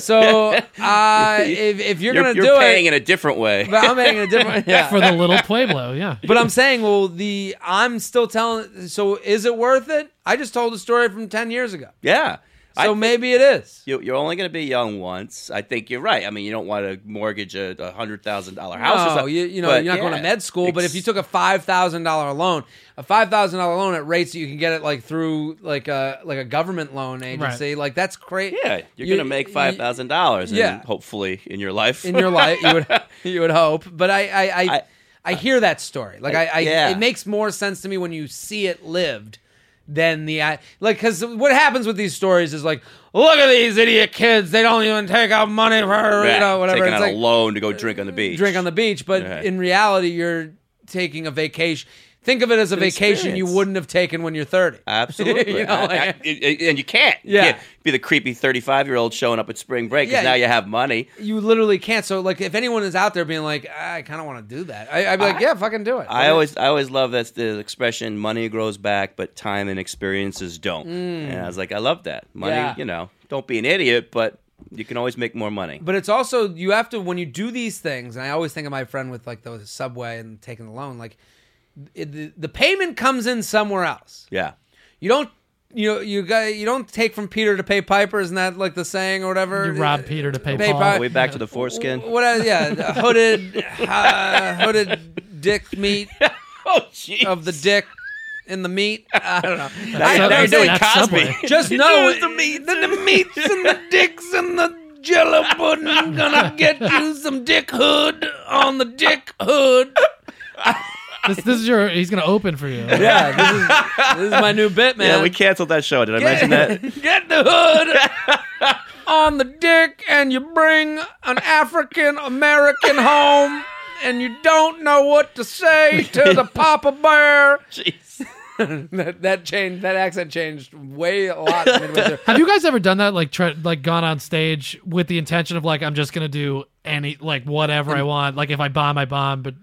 Speaker 2: so, uh, if, if you're,
Speaker 3: You're,
Speaker 2: going to
Speaker 3: you're
Speaker 2: Ah, do
Speaker 3: paying
Speaker 2: it,
Speaker 3: in a different way.
Speaker 2: but I'm paying in a different, yeah.
Speaker 4: for the little pueblo, yeah.
Speaker 2: But I'm saying, well, the I'm still telling. So is it worth it? I just told a story from ten years ago.
Speaker 3: yeah. I
Speaker 2: So maybe it is.
Speaker 3: You, you're only going to be young once. I think you're right. I mean, you don't want to mortgage a, a hundred thousand dollar house. or
Speaker 2: No,
Speaker 3: something,
Speaker 2: Oh, you, you know
Speaker 3: but
Speaker 2: you're not going
Speaker 3: yeah.
Speaker 2: to med school, but if
Speaker 3: Ex-
Speaker 2: you took a five thousand dollar loan, a five thousand dollar loan at rates that you can get it like through like a like a government loan agency, like that's crazy.
Speaker 3: yeah, you're going to make five thousand dollars.
Speaker 2: yeah.
Speaker 3: hopefully in your life.
Speaker 2: in your life. You would you would hope, but I I I, I,
Speaker 3: I-
Speaker 2: hear that story. Like I, I
Speaker 3: Yeah.
Speaker 2: it makes more sense to me when you see it lived than the I like because what happens with these stories is like look at these idiot kids. They don't even take out money for you
Speaker 3: Yeah,
Speaker 2: know whatever.
Speaker 3: Taking
Speaker 2: It's
Speaker 3: out
Speaker 2: like uh,
Speaker 3: a loan to go drink on the beach.
Speaker 2: drink on the beach, but
Speaker 3: Right.
Speaker 2: in reality, you're taking a vacation. Think of it as a vacation you
Speaker 3: experience. Uh,
Speaker 2: wouldn't have taken when you're thirty.
Speaker 3: Absolutely.
Speaker 2: You know,
Speaker 3: I-
Speaker 2: like-
Speaker 3: I- I- and you can't. You
Speaker 2: Yeah.
Speaker 3: can't be the creepy 35 year old showing up at spring break
Speaker 2: Yeah,
Speaker 3: because now
Speaker 2: you-
Speaker 3: you have money.
Speaker 2: you literally can't. So, like, if anyone is out there being like, "I kind of want to do that," I, I'd be like, "Yeah, fucking do it."
Speaker 3: I always, I always love that the expression "money grows back, but time and experiences don't." And I was like, I love that money.
Speaker 2: Yeah.
Speaker 3: You know, don't be an idiot, but you can always make more money.
Speaker 2: But it's also you have to when you do these things, and I always think of my friend with like the subway and taking the loan. Like it, the, the payment comes in somewhere else.
Speaker 3: yeah,
Speaker 2: You don't you know you got you don't take from Peter to pay Piper. Isn't that like the saying or whatever?
Speaker 4: You rob Peter to pay
Speaker 2: Pay
Speaker 4: Paul.
Speaker 2: Paul.
Speaker 3: way back to the foreskin.
Speaker 2: What? else? Yeah, the hooded uh, hooded dick meat
Speaker 3: Oh, jeez.
Speaker 2: of the dick in the meat. I don't know.
Speaker 3: Now
Speaker 2: I-
Speaker 3: you're-
Speaker 4: Subway.
Speaker 3: now you're doing
Speaker 4: That's
Speaker 3: Cosby.
Speaker 4: Subway.
Speaker 2: Just know
Speaker 3: the meats
Speaker 2: the, the meats and the dicks and the jello pudding. Gonna get you some dick hood on the dick hood.
Speaker 4: This, this is your. He's gonna open for you.
Speaker 2: Yeah, this is, this is my new bit, man.
Speaker 3: Yeah, we canceled that show. Did I mention that?
Speaker 2: Get the hood on the dick, and you bring an African American home, and you don't know what to say to the Papa Bear.
Speaker 3: Jeez.
Speaker 2: that, that changed. That accent changed way a lot. midway through.
Speaker 4: Have you guys ever done that? Like, try, like gone on stage with the intention of like, I'm just gonna do any, like, whatever I want. Like, if I bomb, I bomb. But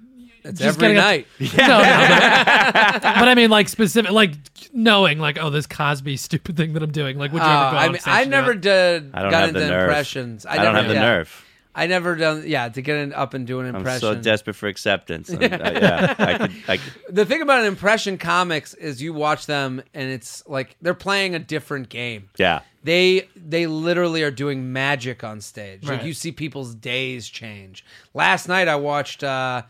Speaker 2: It's
Speaker 4: just
Speaker 2: every
Speaker 4: getting a-
Speaker 2: night.
Speaker 4: no, no, but, but I mean, like, specific, like knowing, like, oh, this Cosby stupid thing that I'm doing. Like, would you
Speaker 2: Uh,
Speaker 4: ever go
Speaker 2: I,
Speaker 4: on
Speaker 2: mean,
Speaker 4: stage
Speaker 2: I
Speaker 4: and do
Speaker 2: never
Speaker 4: that?
Speaker 2: did
Speaker 3: I don't
Speaker 2: got
Speaker 3: have
Speaker 2: into
Speaker 3: the nerve.
Speaker 2: impressions.
Speaker 3: I don't have the
Speaker 2: yeah.
Speaker 3: nerve.
Speaker 2: I never done. Yeah, to get in, up and do an
Speaker 3: I'm
Speaker 2: impression.
Speaker 3: so desperate for acceptance. I'm- I- yeah, I could, I could-
Speaker 2: the thing about an impression comics is you watch them and it's like they're playing a different game.
Speaker 3: yeah.
Speaker 2: They they literally are doing magic on stage. Like
Speaker 4: Right.
Speaker 2: you see people's days change. Last night I watched uh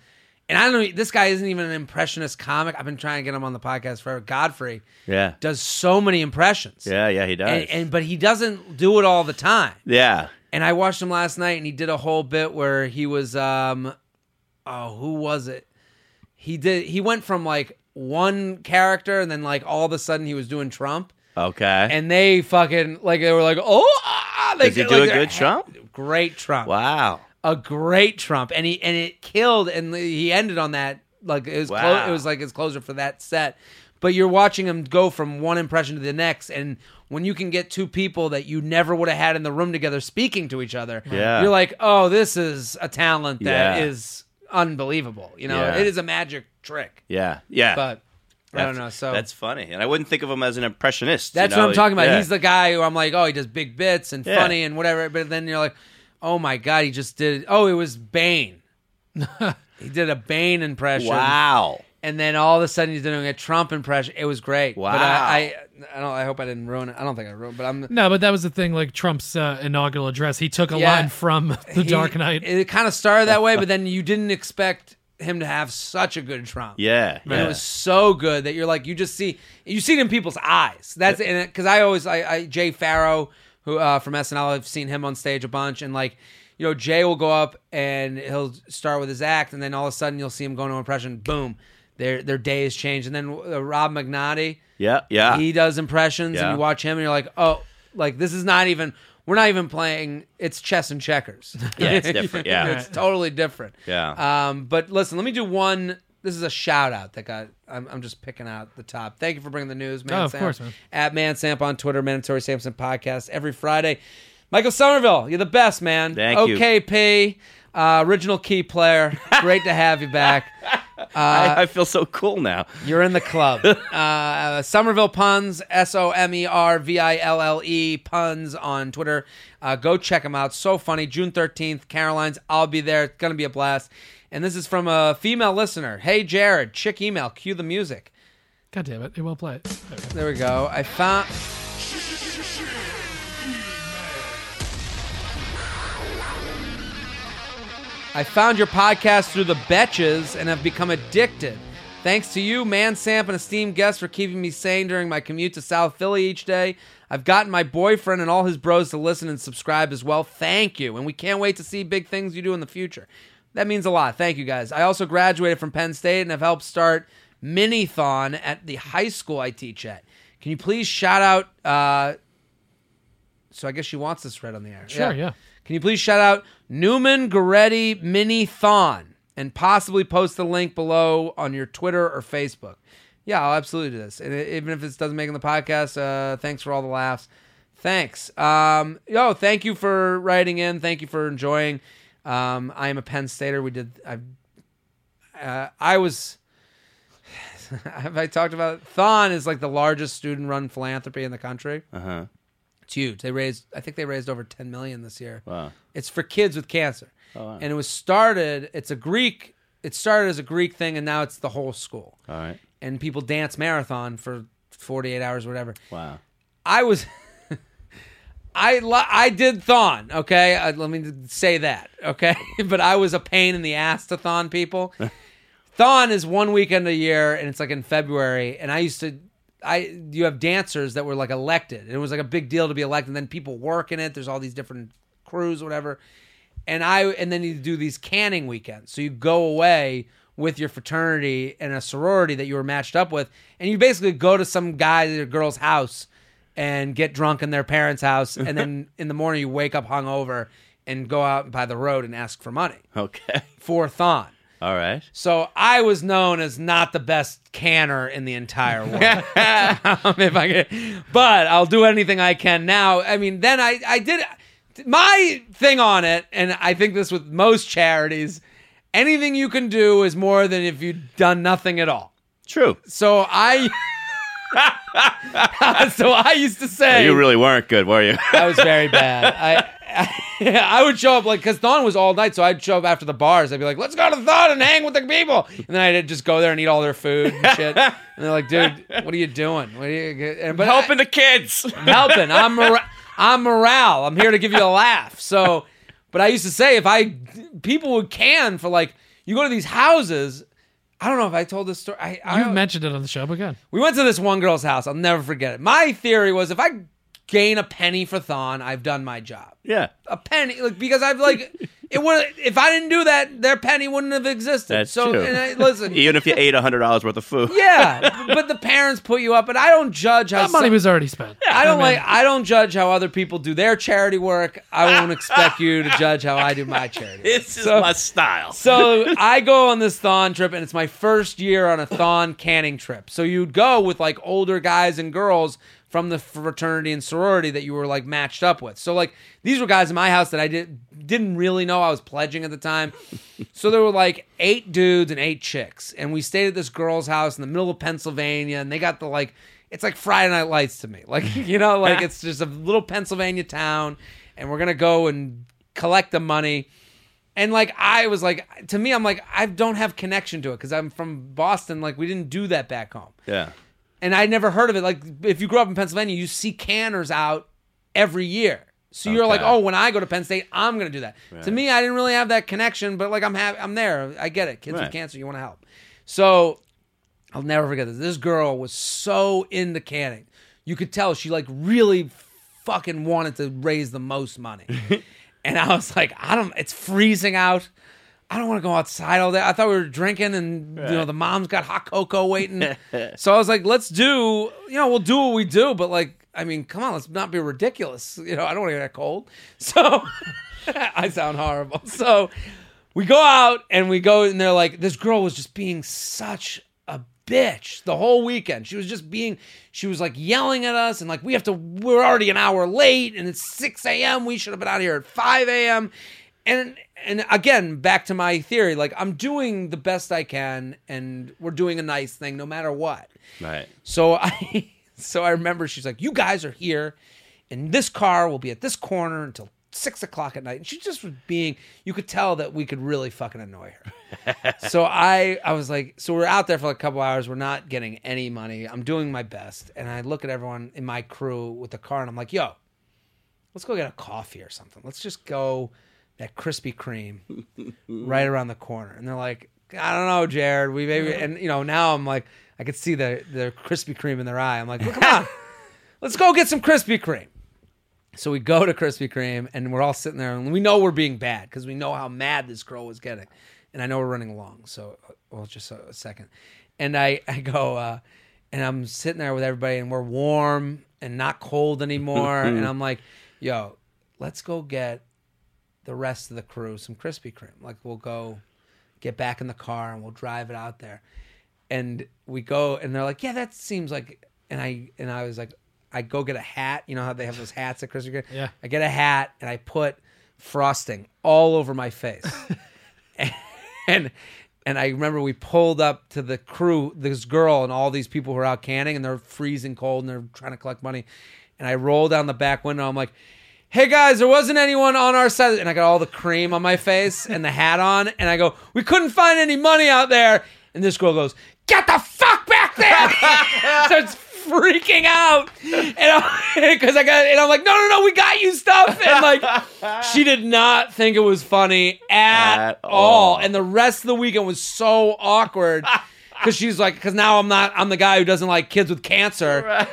Speaker 2: and I don't know this guy isn't even an impressionist comic. I've been trying to get him on the podcast forever. Godfrey
Speaker 3: Yeah.
Speaker 2: does so many impressions.
Speaker 3: Yeah, yeah, he does.
Speaker 2: And, and but he doesn't do it all the time.
Speaker 3: yeah.
Speaker 2: And I watched him last night, and he did a whole bit where he was, um, oh, who was it? He did. He went from like one character, and then like all of a sudden he was doing Trump,
Speaker 3: Okay.
Speaker 2: and they fucking like they were like, oh, ah, they
Speaker 3: Does he
Speaker 2: get,
Speaker 3: do
Speaker 2: like,
Speaker 3: a
Speaker 2: their
Speaker 3: good
Speaker 2: head-
Speaker 3: Trump?
Speaker 2: Great Trump,
Speaker 3: Wow.
Speaker 2: a great Trump, and he and it killed, and he ended on that like it was clo-
Speaker 3: Wow.
Speaker 2: it was like his closer for that set. But you're watching him go from one impression to the next, and when you can get two people that you never would have had in the room together speaking to each other,
Speaker 3: Yeah.
Speaker 2: you're like, oh, this is a talent that is
Speaker 3: Yeah.
Speaker 2: unbelievable. You know,
Speaker 3: Yeah.
Speaker 2: it is a magic trick.
Speaker 3: Yeah. Yeah.
Speaker 2: But I don't know. So
Speaker 3: that's funny, and I wouldn't think of him as an impressionist. you
Speaker 2: that's
Speaker 3: know?
Speaker 2: what I'm talking about.
Speaker 3: Yeah.
Speaker 2: He's the guy who I'm like, oh, he does big bits and
Speaker 3: Yeah.
Speaker 2: funny and whatever. But then you're like, oh my god, he just did. Oh, it was Bane. he did a Bane impression,
Speaker 3: wow.
Speaker 2: and then all of a sudden he's doing a Trump impression. It was great. But
Speaker 3: Wow.
Speaker 2: I, I, I don't. I hope I didn't ruin it. I don't think I ruined. But I'm.
Speaker 4: No, but that was the thing. Like Trump's uh, inaugural address, he took a
Speaker 2: Yeah.
Speaker 4: line from
Speaker 2: he-
Speaker 4: The Dark Knight.
Speaker 2: It kind of started that way, but then you didn't expect him to have such a good Trump.
Speaker 3: Yeah.
Speaker 2: And
Speaker 3: yeah.
Speaker 2: it was so good that you're like you just see you see it in people's eyes. That's it. Because I always I, I Jay Farrow who uh, from SNL I've seen him on stage a bunch and like you know Jay will go up and he'll start with his act and then all of a sudden you'll see him going to impression. Boom, their their day is changed. And then uh, Rob McNaughty
Speaker 3: yeah. Yeah.
Speaker 2: he does impressions and
Speaker 3: Yeah.
Speaker 2: you watch him and you're like oh like this is not even we're not even playing it's chess and checkers
Speaker 3: Yeah, it's different, yeah.
Speaker 2: it's totally different
Speaker 3: Yeah.
Speaker 2: um but listen let me do one this is a shout out that got I'm, I'm just picking out the top thank you for bringing the news man
Speaker 4: Oh, of
Speaker 2: Samp.
Speaker 4: course, man.
Speaker 2: at man samp on twitter mandatory samson podcast every friday michael somerville you're the best man
Speaker 3: Thank you.
Speaker 2: okp uh, original key player great to have you back
Speaker 3: I, I feel so cool now.
Speaker 2: you're in the club. uh, Somerville Puns, S O M E R V I L L E, Puns on Twitter. Uh, go check them out. So funny. June 13th, Caroline's. I'll be there. It's going to be a blast. And this is from a female listener. Hey, Jared, chick email. Cue the music.
Speaker 4: God damn it! It will play. It. There
Speaker 2: There
Speaker 4: we go.
Speaker 2: we go. I found. I found your podcast through the Betches and have become addicted. Thanks to you, Man Samp, and esteemed guests for keeping me sane during my commute to South Philly each day. I've gotten my boyfriend and all his bros to listen and subscribe as well. Thank you. And we can't wait to see big things you do in the future. That means a lot. Thank you guys. I also graduated from Penn State and have helped start Minithon at the high school I teach at. Can you please shout out? Uh, so I guess she wants this read on the air.
Speaker 4: Sure, yeah.
Speaker 2: Can you please shout out Newman Goretti Mini Thon and possibly post the link below on your Twitter or Facebook? Yeah, I'll absolutely do this. And i- even if this doesn't make it in the podcast, uh, thanks for all the laughs. Thanks. Um, yo, thank you for writing in. Thank you for enjoying. Um, I am a Penn Stater. We did. I, uh, I was. have I talked about it? Thon is like the largest student-run philanthropy in the country. It's huge. They raised, I think they raised over 10 million this year. Wow. It's for kids with cancer. And it was started, it's a Greek, it started as a Greek thing and now it's the whole school.
Speaker 3: All right.
Speaker 2: And people dance marathon for 48 hours, whatever.
Speaker 3: Wow.
Speaker 2: I was, I lo- I did thon. Okay, uh, let me say that. Okay, but I was a pain in the ass to thon people. thon is one weekend a year, and it's like in February. And I used to, I you have dancers that were like elected, and it was like a big deal to be elected. And then people work in it. There's all these different crews, whatever. and I and then you do these canning weekends. So you go away with your fraternity and a sorority that you were matched up with, and you basically go to some guy or girl's house and get drunk in their parents' house, and then in the morning you wake up hungover and go out by the road and ask for money
Speaker 3: Okay.
Speaker 2: for thon.
Speaker 3: All right.
Speaker 2: So I was known as not the best canner in the entire world. Um, if I could- but I'll do anything I can now. I mean, then I, I did my thing on it, and I think this with most charities, anything you can do is more than if you've done nothing at all.
Speaker 3: True.
Speaker 2: So I, so I used to say,
Speaker 3: You really weren't good, were you?
Speaker 2: that was very bad. I, I, would show up like because Thon was all night, so I'd show up after the bars. I'd be like, "Let's go to Thon and hang with the people," and then I'd just go there and eat all their food and shit. and they're like, "Dude, what are you doing? What are you?" And, but
Speaker 3: Helping the kids.
Speaker 2: I'm helping. I'm mora- I'm morale. I'm here to give you a laugh. So, but I used to say if I people would can for like you go to these houses. I don't know if I told this story. I, I
Speaker 4: You've
Speaker 2: don't-
Speaker 4: mentioned it on the show, but good.
Speaker 2: we went to this one girl's house. I'll never forget it. My theory was if I gain a penny for Thon, I've done my job.
Speaker 3: yeah.
Speaker 2: A penny, like because I've like it would. If I didn't do that, their penny wouldn't have existed.
Speaker 3: That's
Speaker 2: so
Speaker 3: true.
Speaker 2: And I, listen,
Speaker 3: Even if you ate hundred dollars worth of food.
Speaker 2: yeah, but the parents put you up, and I don't judge how
Speaker 4: That money
Speaker 2: some-
Speaker 4: was already spent.
Speaker 2: I don't
Speaker 4: mean,
Speaker 2: like. I don't judge how other people do their charity work. I won't expect you to judge how I do my charity. work.
Speaker 3: This is
Speaker 2: So-
Speaker 3: my style.
Speaker 2: So I go on this thon trip, and it's my first year on a thon canning trip. So you'd go with like older guys and girls from the fraternity and sorority that you were like matched up with. So like these were guys in my house that I did didn't really know I was pledging at the time. So there were like eight dudes and eight chicks, and we stayed at this girl's house in the middle of Pennsylvania, and they got the like it's like Friday Night Lights to me, like you know, like it's just a little Pennsylvania town, and we're gonna go and collect the money. And like I was like to me, I'm like I don't have connection to it because I'm from Boston. Like we didn't do that back home,
Speaker 3: yeah.
Speaker 2: and I never heard of it. Like if you grew up in Pennsylvania, you see canners out every year. So you're like,
Speaker 3: Okay.
Speaker 2: oh, when I go to Penn State, I'm gonna do that. To me, I didn't really have that connection, but like I'm happy, I'm there. I get it. Kids with
Speaker 3: Right.
Speaker 2: cancer, you want to help. So I'll never forget this. This girl was so into canning. You could tell she like really fucking wanted to raise the most money. and I was like, I don't it's freezing out. I don't want to go outside all day. I thought we were drinking and you know the mom's got hot cocoa waiting. so I was like, let's do, you know, we'll do what we do, but like I mean, come on, let's not be ridiculous. You know, I don't want to get that cold. So I sound horrible. So we go out and we go and they're like this girl was just being such a bitch the whole weekend she was just being she was like yelling at us and like we have to we're already an hour late and it's 6 a.m we should have been out here at 5 a.m and and again back to my theory like i'm doing the best i can and we're doing a nice thing no matter what
Speaker 3: Right.
Speaker 2: so I so I remember she's like, "You guys are here, and this car will be at this corner until six o'clock at night." And she just was being, you could tell that we could really fucking annoy her. so I I was like, so we're out there for like a couple hours. We're not getting any money. I'm doing my best, and I look at everyone in my crew with the car, and I'm like, "Yo, let's go get a coffee or something. Let's just go." That Krispy Kreme right around the corner. And they're like, I don't know, Jared. We maybe and you know, now I'm like I could see the the Krispy Kreme in their eye. I'm like, well, come on. Let's go get some Krispy Kreme. So we go to Krispy Kreme and we're all sitting there and we know we're being bad because we know how mad this girl was getting. And I know we're running long. So, uh, well, just a, a second. And I, I go, uh, and I'm sitting there with everybody and we're warm and not cold anymore. and I'm like, yo, let's go get the rest of the crew some Krispy Kreme. Like, we'll go get back in the car and we'll drive it out there. And we go and they're like, Yeah, that seems like and I and I was like, I go get a hat. You know how they have those hats at Krispy Kreme?
Speaker 4: Yeah.
Speaker 2: I get a hat and I put frosting all over my face. and and I remember we pulled up to the crew, this girl and all these people who are out canning and they're freezing cold and they're trying to collect money. And I roll down the back window. I'm like, hey guys, there wasn't anyone on our side. And I got all the cream on my face and the hat on. And I go, we couldn't find any money out there. And this girl goes, get the fuck back there. Starts freaking out. And I'm, cause I got, and I'm like, no, no, no, we got you stuff. And like, she did not think it was funny at,
Speaker 3: At
Speaker 2: all.
Speaker 3: all.
Speaker 2: And the rest of the weekend was so awkward. Cause she's like, cause now I'm not, I'm the guy who doesn't like kids with cancer.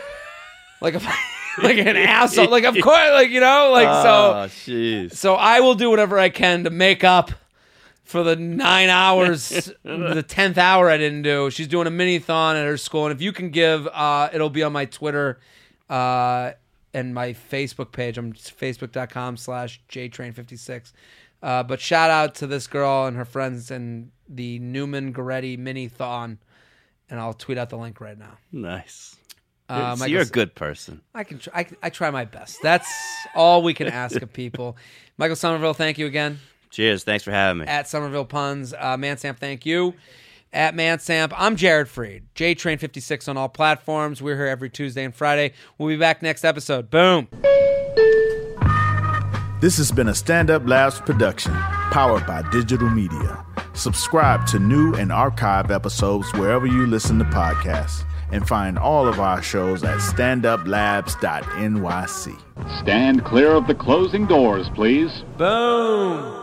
Speaker 2: Like if I, like an asshole. Like of course, like you know, like so.
Speaker 3: oh, jeez.
Speaker 2: So I will do whatever I can to make up for the nine hours, the tenth hour I didn't do. She's doing a mini thon at her school, and if you can give, uh, it'll be on my Twitter uh, and my Facebook page. I'm just facebook.com slash jtrain56. Uh, but shout out to this girl and her friends and the Newman Goretti mini thon, and I'll tweet out the link right now.
Speaker 3: Nice.
Speaker 2: Uh,
Speaker 3: so
Speaker 2: Michael
Speaker 3: you're a
Speaker 2: Sa-
Speaker 3: good person.
Speaker 2: I can. Tr- I, I try my best. That's all we can ask of people. Michael Somerville, thank you again.
Speaker 3: Cheers. Thanks for having me.
Speaker 2: At Somerville Puns, uh, Mansamp, thank you. At Mansamp, I'm Jared Freed. J Train 56 on all platforms. We're here every Tuesday and Friday. We'll be back next episode. Boom.
Speaker 5: This has been a Stand Up Labs production, powered by digital media. Subscribe to new and archive episodes wherever you listen to podcasts, and find all of our shows at standuplabs.nyc.
Speaker 6: Stand clear of the closing doors, please.
Speaker 2: Boom.